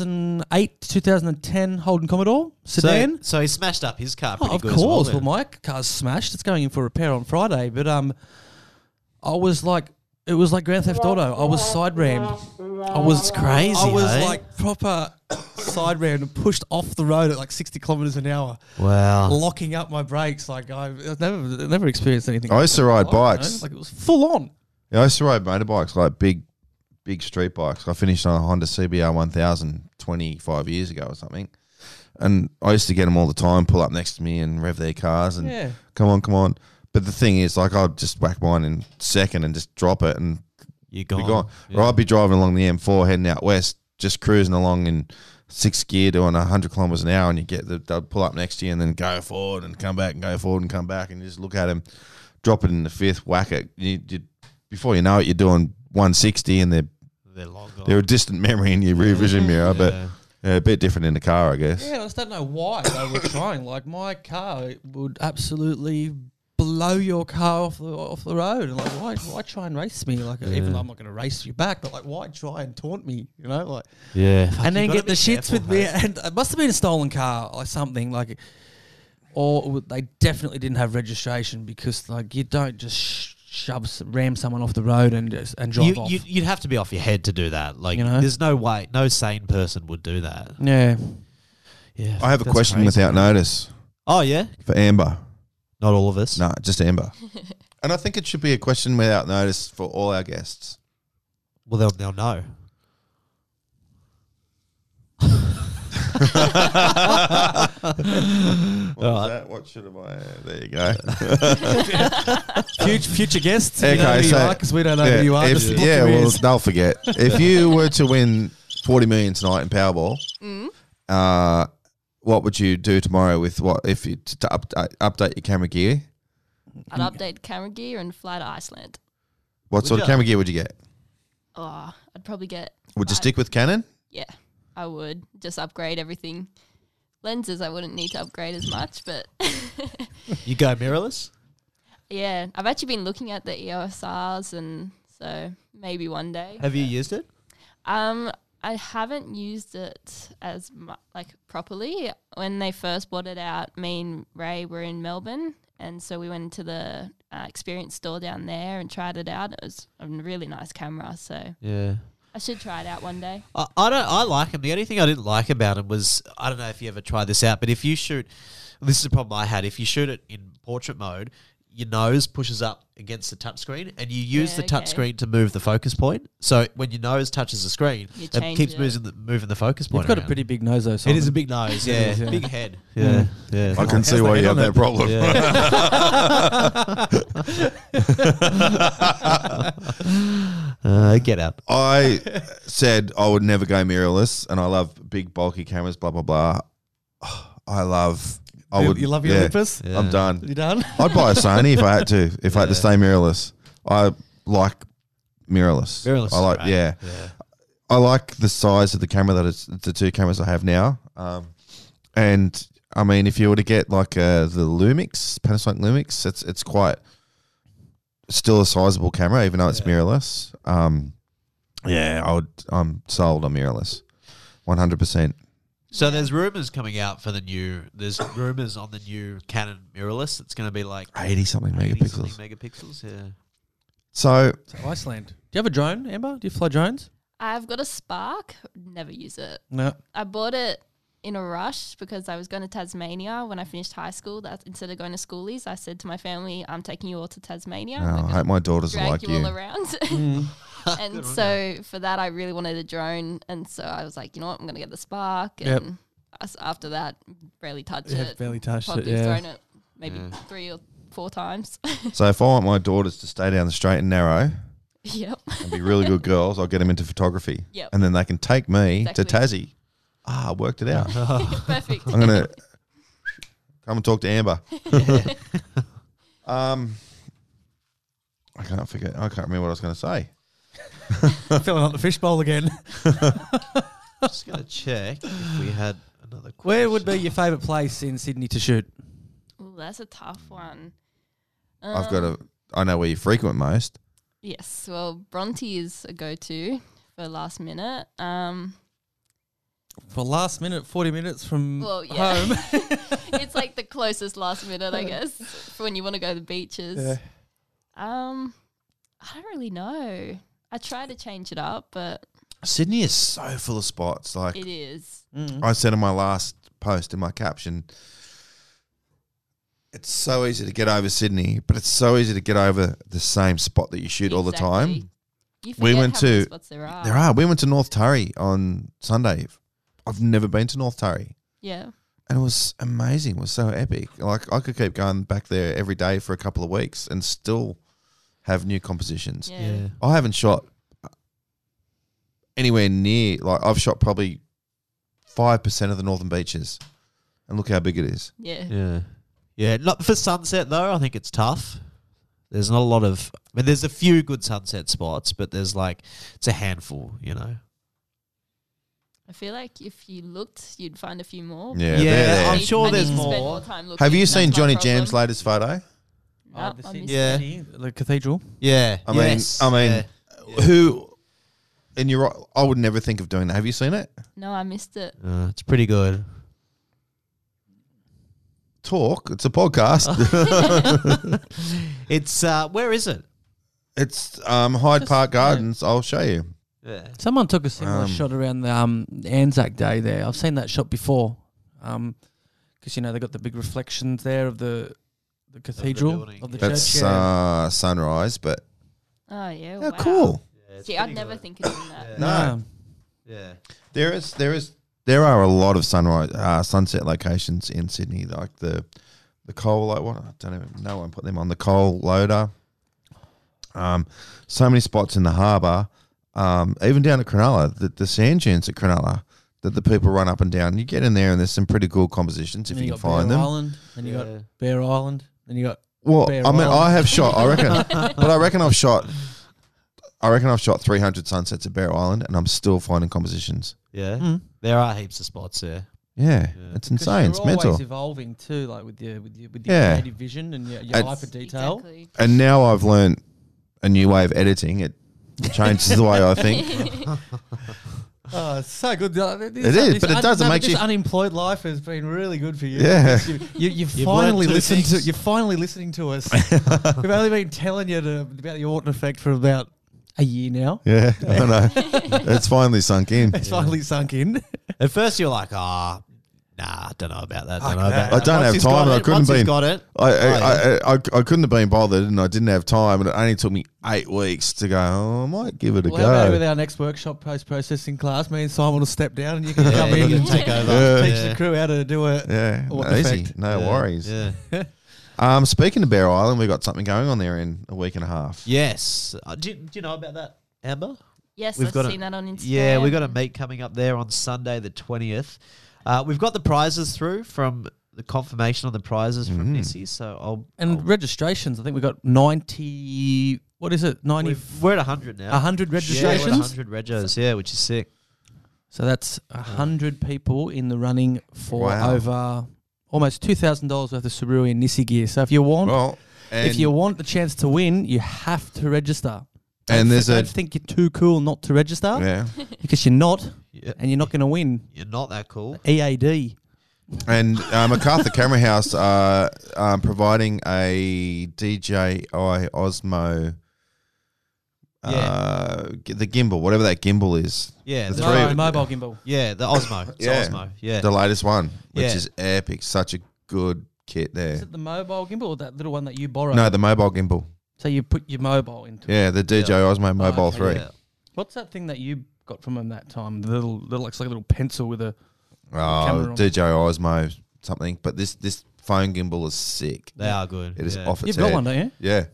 C: 2008 2010 Holden Commodore sedan.
B: So, so he smashed up his car pretty
C: Oh, of
B: good
C: course.
B: as well.
C: Well,
B: then.
C: my car's smashed. It's going in for repair on Friday. But um, I was like, it was like Grand Theft Auto. I was side rammed. I was crazy. I was
B: eh?
C: like proper side rammed and pushed off the road at like sixty kilometers an hour,
B: wow.
C: locking up my brakes. Like I've I've never never experienced anything.
A: I used to
C: like
A: ride
C: that, you know?
A: bikes.
C: Oh, Like it was full on.
A: Yeah, I used to ride motorbikes, like big, big street bikes. I finished on a Honda CBR 1000 25 years ago or something. And I used to get them all the time, pull up next to me and rev their cars and
C: Yeah.
A: come on, come on. But the thing is, like, I'd just whack mine in second and just drop it and
B: You're gone.
A: be gone. Or I'd be driving along the M4 heading out west, just cruising along in sixth gear doing 100 kilometres an hour, and you get the they'll pull up next to you and then go forward and come back and go forward and come back, and you just look at him, drop it in the fifth, whack it. You, you, before you know it, you're doing 160 and they're
B: They're long gone.
A: they're a distant memory in your rear vision mirror, but yeah, a bit different in the car, I guess.
C: Yeah, I just don't know why they were trying. Like my car would absolutely blow your car off the off the road. And like, why why try and race me? Like, even though I'm not going to race you back, but like, why try and taunt me? You know, like,
B: yeah. Fuck,
C: and
B: you
C: then
B: gotta
C: get
B: be
C: the shits
B: careful,
C: with me.
B: hey.
C: And it must have been a stolen car or something. Like, or w- they definitely didn't have registration because like you don't just sh- shove s- ram someone off the road and just- and drive
B: You,
C: off.
B: you, you'd have to be off your head to do that. Like,
C: You know?
B: there's no way, no sane person would do that.
C: yeah.
B: Yeah.
A: I have a
B: that's
A: question
B: crazy.
A: without notice
B: Oh yeah,
A: for Amber.
B: not all of us.
A: No, just Amber. and I think it should be a question without notice for all our guests.
B: Well, they'll they'll know.
A: What was that? What should have I? There you go.
C: Future, future guests,
A: Okay,
C: you know who you
A: so-
C: are because we don't know who you are.
A: if-
C: just look
A: yeah,
C: who he
A: well,
C: is.
A: they'll forget. If you were to win 40 million tonight in Powerball, uh, what would you do tomorrow with what if you to, to up, uh, update your camera gear
D: I'd update camera gear and fly to Iceland.
A: What sort of
B: ya?
A: camera gear would you get?
D: Oh, I'd probably get.
A: Would you
D: I-
A: stick with Canon?
D: Yeah, I would just upgrade everything. Lenses, I wouldn't need to upgrade as much, but
B: You go mirrorless.
D: yeah, I've actually been looking at the E EOSRs, and so maybe one day.
B: Have you used it?
D: Um, I haven't used it as mu- like properly. When they first bought it out, me and Ray were in Melbourne, and so we went to the uh, experience store down there and tried it out. It was a really nice camera, so
B: Yeah.
D: I should try it out one day.
B: I, I don't. I like them. The only thing I didn't like about them was I don't know if you ever tried this out, but if you shoot, this is a problem I had. If you shoot it in portrait mode, your nose pushes up against the touchscreen, and you use
D: Yeah,
B: the touch
D: okay.
B: touchscreen to move the focus point. So when your nose touches the screen,
D: You
B: it
D: change
B: keeps
D: it.
B: moving the, moving the focus point.
C: You've got a
B: around.
C: pretty big nose though.
B: It
C: Simon.
B: is a big nose.
C: It
B: Yeah,
C: is, yeah.
B: big head. Yeah, yeah.
A: I can see
C: How's
A: why you have
C: that gonna-
A: that problem.
B: uh, get out.
A: I said I would never go mirrorless, and I love big bulky cameras. Blah blah blah. I love. I
C: You-
A: would.
C: You love your
A: yeah,
C: lippers?
A: I'm
B: Yeah.
A: done.
C: You done?
A: I'd buy a Sony if I had to. If I had to
B: Yeah.
A: stay mirrorless, I like mirrorless.
B: Mirrorless
A: I
B: is
A: like.
B: great.
A: Yeah.
B: Yeah.
A: I like the size of the camera that it's the two cameras I have now. Um, and I mean, if you were to get like uh, the Lumix, Panasonic Lumix, it's it's quite still a sizable camera, even though it's
B: Yeah.
A: mirrorless. Um, yeah, I would. I'm sold on mirrorless, one hundred percent.
B: So there's rumors coming out for the new. There's rumors on the new Canon mirrorless. It's going to be like
A: Eighty something
B: 80 something
A: megapixels.
B: megapixels. Yeah.
A: So
C: So Iceland. Do you have a drone, Amber? Do you fly drones?
D: I've got a Spark, never use it.
C: No.
D: I bought it in a rush because I was going to Tasmania when I finished high school. That instead of going to schoolies, I said to my family, "I'm taking you all to Tasmania.
A: no, uh,
D: I'm
A: Oh, I
D: gonna
A: hope my daughters are
D: drag
A: like
D: you, all
A: you.
D: around."
C: Mm.
D: and
B: Good on
D: so for that, I really wanted a drone, and so I was like, you know what, I'm going to get the Spark.
C: Yep.
D: And us after that, barely touched
C: Yeah,
D: it.
C: barely touched it,
D: Probably
C: yeah.
D: thrown it maybe
B: Yeah.
D: three or four times.
A: So if I want my daughters to stay down the straight and narrow
D: yep.
A: and be really good girls, I'll get them into photography,
D: Yep.
A: and then they can take me to
D: Exactly.
A: Tassie. Ah, I worked it out.
D: Perfect.
A: I'm gonna come and talk to Amber. um, I can't forget. I can't remember what I was going to say.
C: Filling up the fishbowl again.
B: I'm just going to check if we had another. Question.
C: Where would be your favourite place in Sydney to shoot?
D: Ooh, that's a tough one.
A: I've got
D: Um,
A: a. I know where you frequent most.
D: Yes, well, Bronte is a go-to for last minute. Um,
C: For last minute, 40 minutes from
D: Well, yeah.
C: home.
D: it's like the closest last minute, I guess, for when you want to go to the beaches.
C: Yeah.
D: Um, I don't really know. I try to change it up, but
A: Sydney is so full of spots. Like
D: it is.
C: Mm.
A: I said in my last post in my caption, it's so easy to get over Sydney, but it's so easy to get over the same spot that you shoot all the
D: Exactly.
A: time.
D: You
A: We
D: forget
A: went
D: how many
A: to-
D: spots there are.
A: There are. We went to North Turry on Sunday. I've never been to North Turry.
D: Yeah,
A: and it was amazing. It was so epic. Like I could keep going back there every day for a couple of weeks and still have new compositions.
D: yeah,
B: Yeah.
A: I haven't shot anywhere near. Like I've shot probably five percent of the northern beaches, and look how big it is.
D: yeah,
B: Yeah. Yeah. Not for sunset though. I think it's tough. There's not a lot of. I mean, there's a few good sunset spots, but there's like it's a handful. You know.
D: I feel like if you looked, you'd find a few more.
A: Yeah,
B: Yeah,
A: they're there.
B: I'm
D: I need-
B: sure
D: I need
B: there's
D: to spend
B: more.
D: time looking.
A: Have you
D: That's
A: seen
D: my
A: Johnny
D: problem.
A: Jam's latest photo?
D: No,
C: Oh, the,
D: I
C: Sydney-
D: missed
B: Yeah.
D: it.
C: Sydney, the cathedral.
B: Yeah.
A: I mean,
B: yes,
A: I mean,
B: yeah.
A: who? And you're right. I would never think of doing that. Have you seen it?
D: No, I missed it.
B: Uh, it's pretty good.
A: Talk. It's a podcast.
B: It's uh, where is it?
A: it's um, Hyde Park Gardens. I'll show you.
B: Yeah.
C: Someone took a similar
A: Um,
C: shot around the um, Anzac Day there. I've seen that shot before. Because, you know, they got the big reflections there of the, the cathedral, of the,
B: building, yeah.
C: church.
A: That's
C: yeah.
A: uh, sunrise, but
D: Oh yeah,
A: how
D: wow.
A: cool.
D: See, I'd never think of doing that.
B: Yeah.
A: No.
B: Yeah.
A: There is, there is, there are a lot of sunrise, uh, sunset locations in Sydney, like the the coal. Like what? I don't even know. One put them on the coal loader. Um, so many spots in the harbour, um, even down at Cronulla, the, the sand dunes at Cronulla that the people run up and down. You get in there, and there's some pretty cool compositions if
C: Then
A: you
C: you
A: can
C: got
A: find
C: Bear
A: them.
C: Island, then you got Bear Island, then you got
A: Well,
C: Bear
A: I mean,
C: Island.
A: I have shot. I reckon, but I reckon I've shot. I reckon I've shot 300 sunsets at Bear Island, and I'm still finding compositions.
B: Yeah,
A: Hmm.
C: Mm.
B: there are heaps of spots there.
A: Yeah,
B: Yeah.
A: it's
C: 'Cause
A: insane. It's
C: You're always
A: mental.
C: evolving too, like with your with your, with your
A: Yeah.
C: creative vision and your, your
A: And-
C: hyper detail.
D: Exactly.
A: And now I've learned a new way of editing. It changes the way I think.
C: Oh, it's so good. Uh, This,
A: It is, but it does, it
C: but
A: makes
C: this
A: you-
C: unemployed life has been really good for you.
A: Yeah.
C: you, you, you've,
B: You've
C: finally
B: learned two
C: listened to.
B: things.
C: You're finally listening to us. We've only been telling you to, about the Orton effect for about a year now.
A: Yeah, I know. It's finally sunk in.
C: It's finally sunk in.
B: At first, you're like, ah, nah, don't know about that. Don't know
C: that.
B: about.
C: I
B: that."
A: don't
B: Once
A: have
B: he's
A: time
B: got
A: and I
B: it-
A: couldn't
B: once he's
A: been-
B: got it.
A: I, I,
B: yeah.
A: I, I, I couldn't have been bothered, and I didn't have time, and it only took me eight weeks to go. Oh, I might give it a
C: Well, how about with
A: go.
C: our next workshop post processing class, me and Simon will step down and you can
B: Yeah,
C: come in
B: you
C: and
B: can take over.
A: Yeah.
C: teach
B: Yeah.
C: the crew how to do it.
A: Yeah,
C: What
A: no, easy,
C: effect?
A: no
B: Yeah,
A: worries.
B: Yeah.
A: Um, speaking of Bear Island, we got something going on there in a week and a half.
B: Yes. Uh, do, you- do you know about that, Amber?
D: yes,
B: We've
D: I've
B: got a-
D: seen that on Instagram.
B: Yeah, we've got a meet coming up there on Sunday, the 20th. Uh, we've got the prizes through from the confirmation on the prizes from
A: Mhm.
B: Missy. So I'll.
C: And registrations, I think we got 90, what is it? 90,
B: We've, we're at 100 now.
C: 100
B: Yeah, we're at
C: registrations.
B: 100 regos, yeah, which is sick.
C: so that's 100 people in the running for
A: Wow.
C: over almost $2,000 worth of Subaru and Nissi gear. So if you want,
A: Well, and,
C: if you want the chance to win, you have to register.
A: and there's
C: I
A: a
C: don't think you're too cool not to register
A: yeah,
C: because you're not
B: Yeah.
C: and you're not going to win. E
B: You're not that cool.
C: EAD.
A: and uh, MacArthur Camera House are um, providing a DJI Osmo. Uh, g the gimbal, whatever that gimbal is,
B: Yeah,
A: The
B: the,
A: three-
C: No, mobile gimbal.
B: yeah, the Osmo. It's
A: Yeah.
B: Osmo. Yeah,
A: the latest one, which
B: Yeah.
A: is epic. Such a good kit
C: Is
A: there.
C: it the mobile gimbal or that little one that you borrowed?
A: No, the mobile gimbal.
C: So you put your mobile into it.
A: Yeah, the DJI Osmo Mobile
C: okay,
A: Three.
B: yeah.
C: What's that thing that you got from him that time? The little, little looks like a little pencil with a. Camera
A: Oh,
C: on.
A: DJI Osmo something. But this this phone gimbal is sick.
B: They are good.
A: It is
B: yeah.
A: off
C: You've
A: its
C: got
A: head.
C: one, don't you?
A: Yeah,
B: It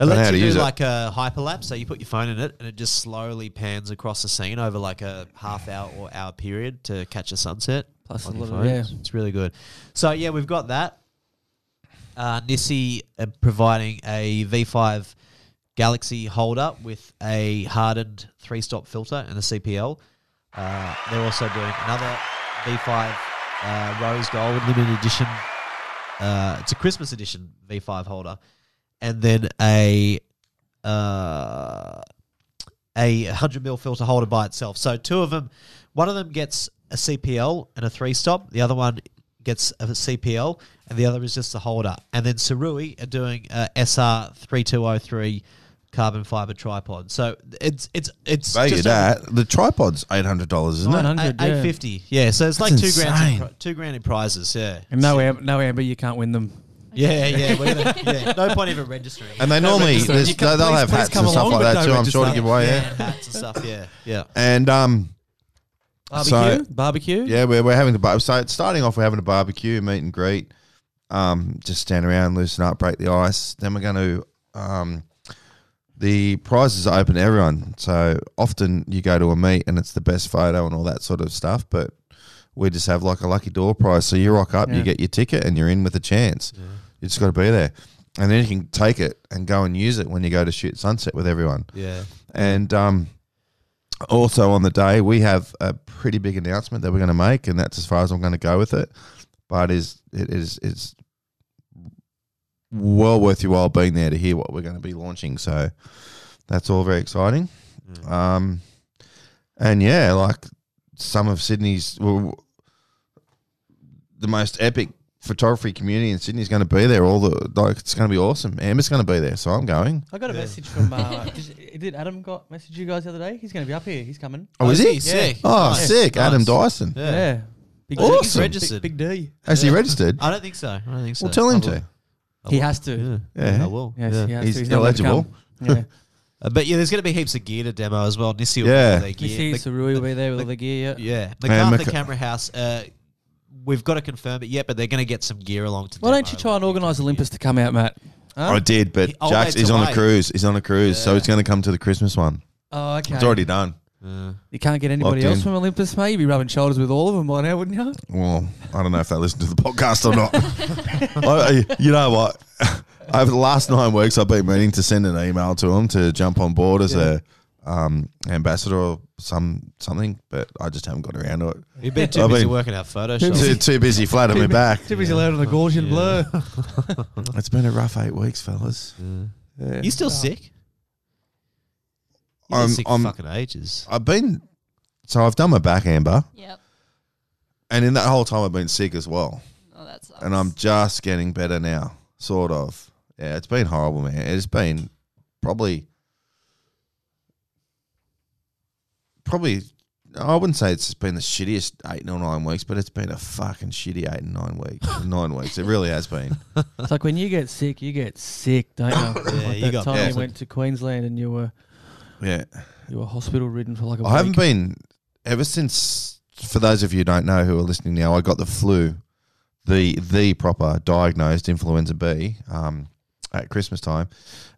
A: Don't know how
B: lets you
A: to
B: do
A: use it.
B: like a hyperlapse, so you put your phone in it, and it just slowly pans across the scene over like a half hour or hour period to catch a sunset.
C: Plus
B: on
C: a
B: your
C: little-
B: phone.
C: yeah.
B: It's- it's really good. So yeah, we've got that. Uh, Nissi uh, providing a V5 Galaxy holder with a hardened three-stop filter and a CPL. Uh, they're also doing another V5 uh, Rose Gold limited edition. Uh, it's a Christmas edition V5 holder, and then a uh, a 100 mil filter holder by itself. So two of them, one of them gets a CPL and a three stop. The other one gets a CPL, and the other is just the holder. And then Surui are doing a SR 3203 carbon fiber tripod. So it's it's it's
A: value
B: just over-
A: that. The tripod's eight hundred dollars, isn't it?
C: 900, yeah.
B: Eight fifty, yeah. So it's like
A: That's
B: two grand, in,
A: insane.
B: pri- two grand in prizes, yeah.
C: And no, am- no amber, you can't win them.
B: Yeah, yeah, we're gonna, yeah. No point even registering.
A: And they normally
C: register.
A: there's-
C: You can-
A: they'll
C: please-
A: have
C: please
A: hats
C: come
A: and stuff
C: along,
A: like
C: but
A: that
C: don't
A: too. I'm sure to
C: register.
A: give away.
B: yeah,
A: Yeah.
B: hats and stuff. Yeah, yeah.
A: And um,
C: Barbecue,
A: So-
C: barbecue.
A: yeah, we're we're having the bar. So it's starting off, we're having a barbecue, meet and greet. Um, just stand around, loosen up, break the ice. Then we're going to um, the prizes are open to everyone. So often you go to a meet and it's the best photo and all that sort of stuff, but. We just have like a lucky door prize. So you rock up,
C: Yeah.
A: you get your ticket, and you're in with a chance. You just got to be there. And then you can take it and go and use it when you go to shoot sunset with everyone.
B: Yeah.
A: And um, also on the day, we have a pretty big announcement that we're going to make, and that's as far as I'm going to go with it. But is it is it's well worth your while being there to hear what we're going to be launching. So that's all very exciting. Um, and yeah, like some of Sydney's well, the most epic photography community in Sydney is going to be there. All the like, it's going to be awesome. Amber's going to be there, so I'm going.
C: I got a message from. Uh, did, did Adam got message you guys the other day? He's going to be up here. He's coming.
A: Oh, is he?
B: Sick.
A: Oh,
B: Nice.
A: sick! Adam
B: Nice.
A: Dyson.
B: Yeah.
C: Big
A: Awesome.
C: D.
A: He's
B: registered.
C: Big, big D.
A: Has he
B: Yeah.
A: registered?
B: I don't think so. I don't think so.
A: well, tell him
B: I will.
A: to.
B: I
C: He
B: will.
C: has to.
B: Yeah.
A: Yeah.
B: I will.
C: Yes,
B: yeah.
C: he has
A: He's
C: to. not gonna
A: eligible.
C: come. Yeah.
B: Uh, but yeah, there's going to be heaps of gear to demo as well. Nissi will
A: Yeah.
B: yeah. their
C: You
B: gear.
C: see,
B: The-
C: Sarui will be there with all the gear. Yeah.
B: yeah. The
A: And
B: MacArthur
A: Maca-
B: Camera House, uh, we've got to confirm it yet, but they're going to get some gear along to
C: Why don't
B: demo
C: you try and
B: gear.
C: organise Olympus to come out, Matt?
A: I
C: Huh?
A: did, but
B: He- oh,
A: Jack's
B: it's
A: he's on a
B: away.
A: cruise. He's on a cruise, so
B: Yeah.
A: it's going to come to the Christmas one.
C: Oh, okay.
A: It's already done.
B: Uh,
C: You can't get anybody
A: Locked
C: else
A: in.
C: from Olympus, mate. You'd be rubbing shoulders with all of them by now, wouldn't you?
A: Well, I don't know if they listen to the podcast or not. I, you know what? Over the last nine weeks, I've been meaning to send an email to him to jump on board as a um, ambassador or some something, but I just haven't got around to it.
B: You've been too
A: I
B: busy
A: mean-
B: working out
A: Too,
B: Photoshop.
A: too busy flat on my back.
C: Too busy learning the Gaussian
B: Yeah.
C: blur.
A: It's been a rough eight weeks, fellas. Yeah.
B: You still sick? You've been
A: I'm-
B: sick for
A: I'm-
B: fucking ages.
A: I've been so I've done my back, Amber,
D: Yep.
A: and in that whole time I've been sick as well,
D: Oh, that's.
A: and I'm just getting better now, sort of. Yeah, it's been horrible, man. It's been probably probably I wouldn't say it's been the shittiest eight or nine weeks, but it's been a fucking shitty eight and nine weeks. nine weeks, it really has been.
C: It's like when you get sick, you get sick, don't you?
B: Yeah,
C: like
B: you
C: that
B: got
C: time
B: bounced.
C: you went to Queensland and you were
A: Yeah,
C: you were hospital ridden for like a
A: I haven't
C: week.
A: been ever since. For those of you who don't know who are listening now, I got the flu, the the proper diagnosed influenza B, um, at Christmas time,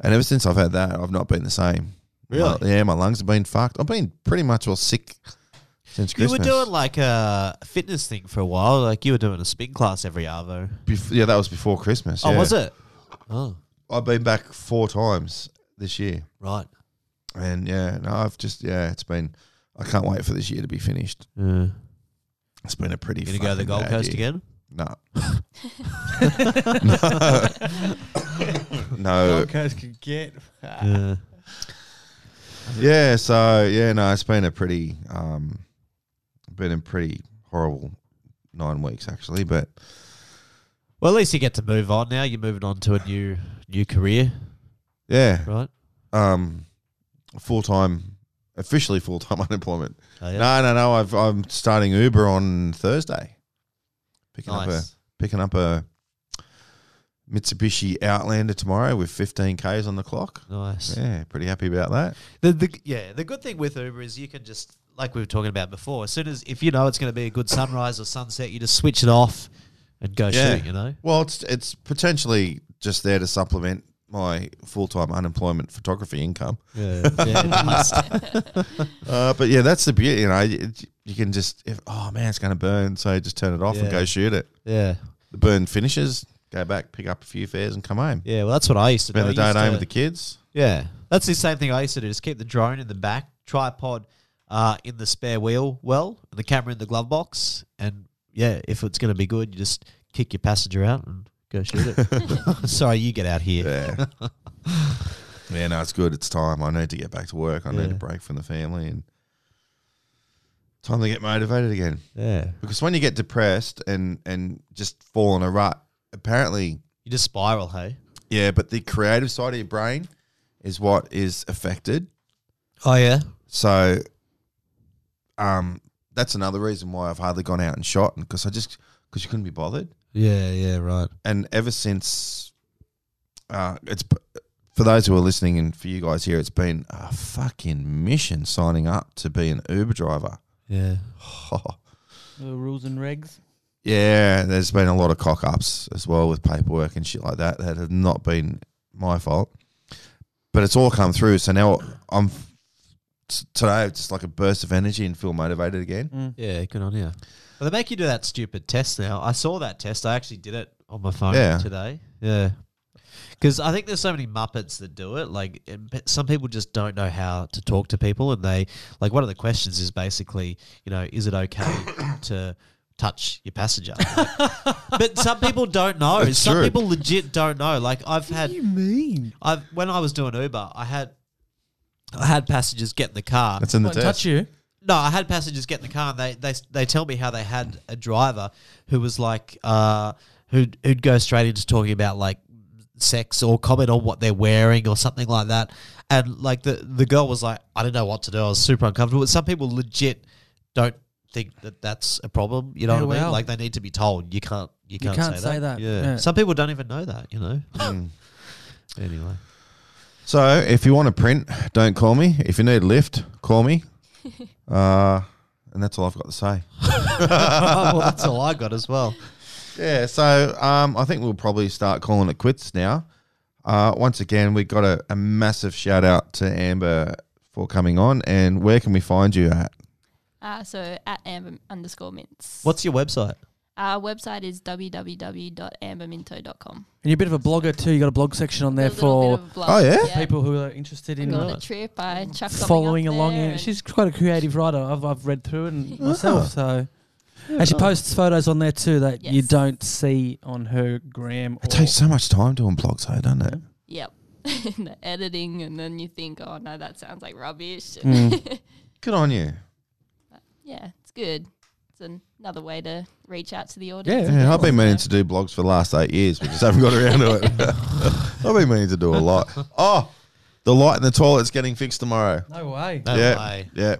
A: and ever since I've had that, I've not been the same.
B: Really?
A: My- yeah, my lungs have been fucked. I've been pretty much all sick since
B: You
A: Christmas.
B: were doing like a fitness thing for a while. Like you were doing a spin class every arvo.
A: Bef- yeah, that was before Christmas.
B: Oh,
A: yeah.
B: was it? Oh,
A: I've been back four times this year,
B: right.
A: and yeah, no, I've just yeah, it's been. I can't wait for this year to be finished.
B: Yeah.
A: It's been a pretty.
B: You gonna go to the
A: fucking
B: Gold
A: bad
B: Coast
A: year.
B: again?
A: No. no. no.
C: Podcast could get.
B: Yeah.
A: Yeah, so yeah, no, it's been a pretty um been a pretty horrible nine weeks actually, but
B: Well, at least you get to move on now. You're moving on to a new new career,
A: yeah.
B: right?
A: Um full time officially full time unemployment.
B: Oh, yeah.
A: No, no, no, I've I'm starting Uber on Thursday. Picking up a
B: nice.
A: picking up a Mitsubishi Outlander tomorrow with 15 Ks on the clock.
B: Nice.
A: Yeah, pretty happy about that.
B: The, the yeah, the good thing with Uber is you can just like we were talking about before. As soon as if you know it's going to be a good sunrise or sunset, you just switch it off and go
A: Yeah.
B: shoot. You know.
A: Well, it's it's potentially just there to supplement my full time unemployment photography income.
B: Yeah. nice.
A: Uh, but yeah, that's the beauty. You know, you, you can just if oh man, it's going to burn, so just turn it off and
B: Yeah.
A: go shoot it.
B: yeah.
A: The burn finishes, go back, pick up a few fares, and come home.
B: Yeah. Well, that's what I used to
A: Spend
B: do.
A: the day
B: I
A: at
B: used
A: home
B: to-
A: with the kids.
B: Yeah, that's the same thing I used to do. Just keep the drone in the back, tripod uh, in the spare wheel well, and the camera in the glove box. And yeah, if it's going to be good, you just kick your passenger out and go shoot it. Sorry, you get out here.
A: Yeah. yeah, no, it's good. It's time. I need to get back to work. I need
B: Yeah.
A: a break from the family and time to get motivated again.
B: Yeah,
A: Because when you get depressed and and just fall in a rut, apparently.
B: you just spiral, hey.
A: Yeah, but the creative side of your brain is what is affected.
B: Oh yeah,
A: So, um, that's another reason why I've hardly gone out and shot, because I just because you couldn't be bothered.
B: yeah, yeah, right.
A: And ever since, uh, it's for those who are listening and for you guys here, it's been a fucking mission signing up to be an Uber driver.
B: Yeah,
C: The rules and regs.
A: Yeah, there's been a lot of cock ups as well with paperwork and shit like that that have not been my fault. But it's all come through. So now I'm t- today, it's just like a burst of energy and feel motivated again.
C: Mm.
B: yeah, good on you. Well, they make you do that stupid test now. I saw that test. I actually did it on my phone
A: Yeah.
B: today. Yeah. Because I think there's so many Muppets that do it. Like, and pe- some people just don't know how to talk to people. And they, like, one of the questions is basically, you know, is it okay to touch your passenger? Like, but some people don't know.
A: It's
B: some
A: true.
B: people legit don't know. Like, I've had.
C: mean?
B: I've when I was doing Uber, I had I had passengers get in the car.
A: That's in the
C: Won't touch
A: test.
C: you.
B: no, I had passengers get in the car, and they they they tell me how they had a driver who was like uh who'd who'd go straight into talking about like sex or comment on what they're wearing or something like that. And like the the girl was like, I didn't know what to do. I was super uncomfortable. But some people legit don't think that that's a problem. You know
C: Yeah,
B: what I mean?
C: well.
B: Like they need to be told you can't you
C: You
B: can't,
C: can't say that.
B: Yeah.
C: Yeah.
B: Some people don't even know that. You know.
A: Mm.
B: anyway.
A: So if you want to print, don't call me. If you need a lift, call me. Uh, and that's all I've got to say.
B: well, that's all I got as well.
A: Yeah, so um, I think we'll probably start calling it quits now. Uh, once again, we got a, a massive shout out to Amber for coming on. And where can we find you at?
D: Uh, so at Amber underscore Mints.
B: What's your website?
D: Our website is www.amberminto.com.
C: And you're a bit of a blogger too. You got a blog section on there
D: A
C: for
D: little bit of a blog.
A: Oh, yeah?
C: people who are interested
D: I
C: in
D: go on
C: uh,
D: a trip. I chuck something up
C: following along.
D: there
C: Yeah,
D: and-
C: she's quite a creative writer. I've, I've read through it and
A: Ah.
D: Yeah.
C: myself. So, and she posts photos on there too that you
D: Yes.
C: don't see on her gram.
A: It
C: or-
A: takes so much time doing blogs, though, doesn't it?
D: Yep. And the editing, and then you think, oh no, that sounds like rubbish.
C: Mm.
A: Good on you.
D: yeah, it's good. It's an- another way to reach out to the
C: Yeah,
D: audience.
A: Yeah, I've been meaning to do blogs for the last eight years, but just haven't got around to it. I've been meaning to do a lot. Oh, the light in the toilet's getting fixed tomorrow.
C: No way.
B: No
A: yeah,
B: way.
A: yeah.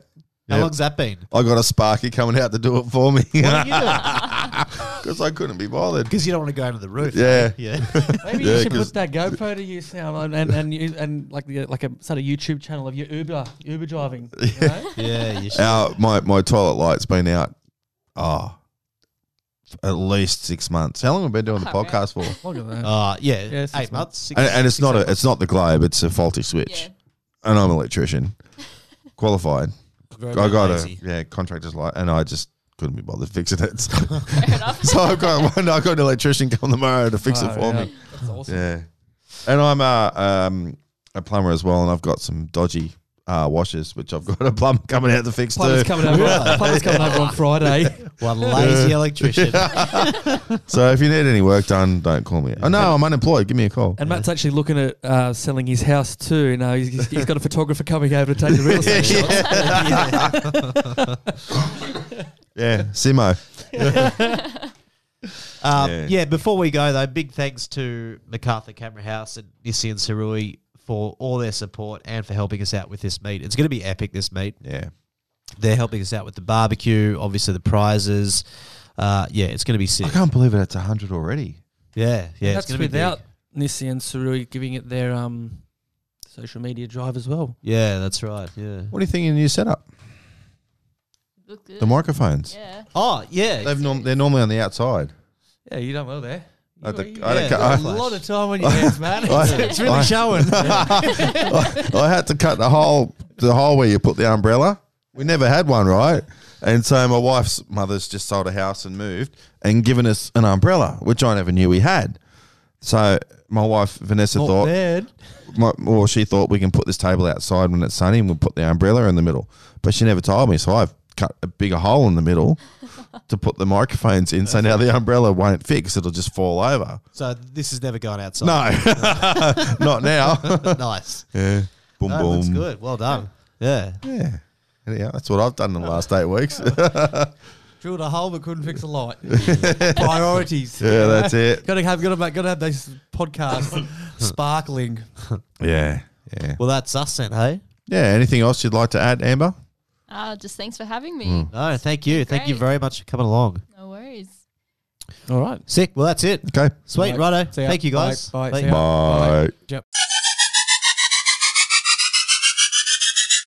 B: How
A: yeah.
B: long's that been?
A: I got a Sparky coming out to do it for me
B: What are you doing?
A: because I couldn't be bothered.
B: Because you don't want to go under the roof.
A: Yeah.
B: eh? Yeah.
C: Maybe
A: Yeah,
C: you should
A: 'cause-
C: put that GoPro to use now and and and, you, and like the, like a sort of YouTube channel of your Uber Uber driving. you know?
B: yeah, you should.
A: Our, my my toilet light's been out. Oh, f- at least six months. How long have we been doing the
D: Alright.
A: podcast for?
C: Look at
A: Oh,
C: that.
B: Uh, yeah,
C: Yeah, six
B: eight
C: months.
B: months. six-
A: And, and it's
B: Oh, six,
A: not
B: eight
A: a it's not the globe. It's a faulty switch.
D: Yeah.
A: And I'm an electrician, qualified.
B: months. Very
A: I got
B: lazy.
A: a yeah contractor's light, and I just couldn't be bothered fixing it.
D: Fair enough.
A: so I've got one. I've got an electrician come tomorrow to fix it
C: Oh,
A: for
C: yeah.
A: me.
C: That's awesome.
A: Yeah, and I'm a um, a plumber as well, and I've got some dodgy uh, washers, which I've got a plumber coming out to fix
C: Plumber's
A: too.
C: coming over. plumber's coming over on Friday.
B: One lazy electrician.
A: so if you need any work done, don't call me. Oh no, I'm unemployed. Give me a call.
C: And Matt's actually looking at uh, selling his house too. You know, he's, he's- he's got a photographer coming over to take the real estate
A: Yeah.
C: shots.
A: Yeah, Simo.
B: Um,
A: Yeah.
B: yeah. before we go though, big thanks to MacArthur Camera House and Nissi and Sarui for all their support and for helping us out with this meet. It's going to be epic this meet.
A: Yeah,
B: They're helping us out with the barbecue, obviously the prizes. Uh, yeah, it's going to be sick.
A: I can't believe it. It's hundred already.
B: Yeah, yeah, it's
C: That's
B: going to be
C: without
B: big.
C: Nissi and Surui giving it their um, social media drive as well.
B: Yeah, that's right. Yeah.
A: What do you think of your new setup?
D: Look good.
A: The microphones.
D: Mm. yeah.
B: Oh yeah,
A: They've norm- they're normally on the outside.
C: Yeah, you done well there.
A: I
C: You-
A: don't-
C: you
A: I don't
C: had
A: ca- I-
C: a lot of time on your hands, man. It's really
A: I-
C: showing.
A: I, I had to cut the hole, the hole where you put the umbrella. We never had one, right? And so my wife's mother's just sold a house and moved and given us an umbrella, which I never knew we had. So my wife Vanessa
C: Not
A: thought,
C: bad.
A: my, well, she thought we can put this table outside when it's sunny and we'll put the umbrella in the middle. But she never told me, so I've cut a bigger hole in the middle to put the microphones in. So now the umbrella won't fix; it'll just fall over.
B: so this has never gone outside.
A: No, not now.
B: nice.
A: yeah, boom,
B: No,
A: boom.
B: looks good. Well done. Yeah.
A: Yeah. Yeah, that's what I've done in the last eight weeks.
C: Drilled a hole but couldn't fix a light. Priorities.
A: yeah, that's it.
C: Gotta have gotta make, gotta have those podcasts sparkling.
A: Yeah, yeah.
B: Well, that's us then, hey?
A: Yeah, anything else you'd like to add, Amber?
D: Ah, just thanks for having me.
A: Mm.
B: No, thank you. Thank you
D: Great.
B: very much for coming along.
D: No worries.
C: All right.
B: Sick. Well, that's it.
A: Okay.
B: Sweet,
C: Right.
B: righto.
C: See ya.
B: Thank you guys.
C: Bye. Bye.
B: Thank
C: See ya.
A: Bye.
C: Yep.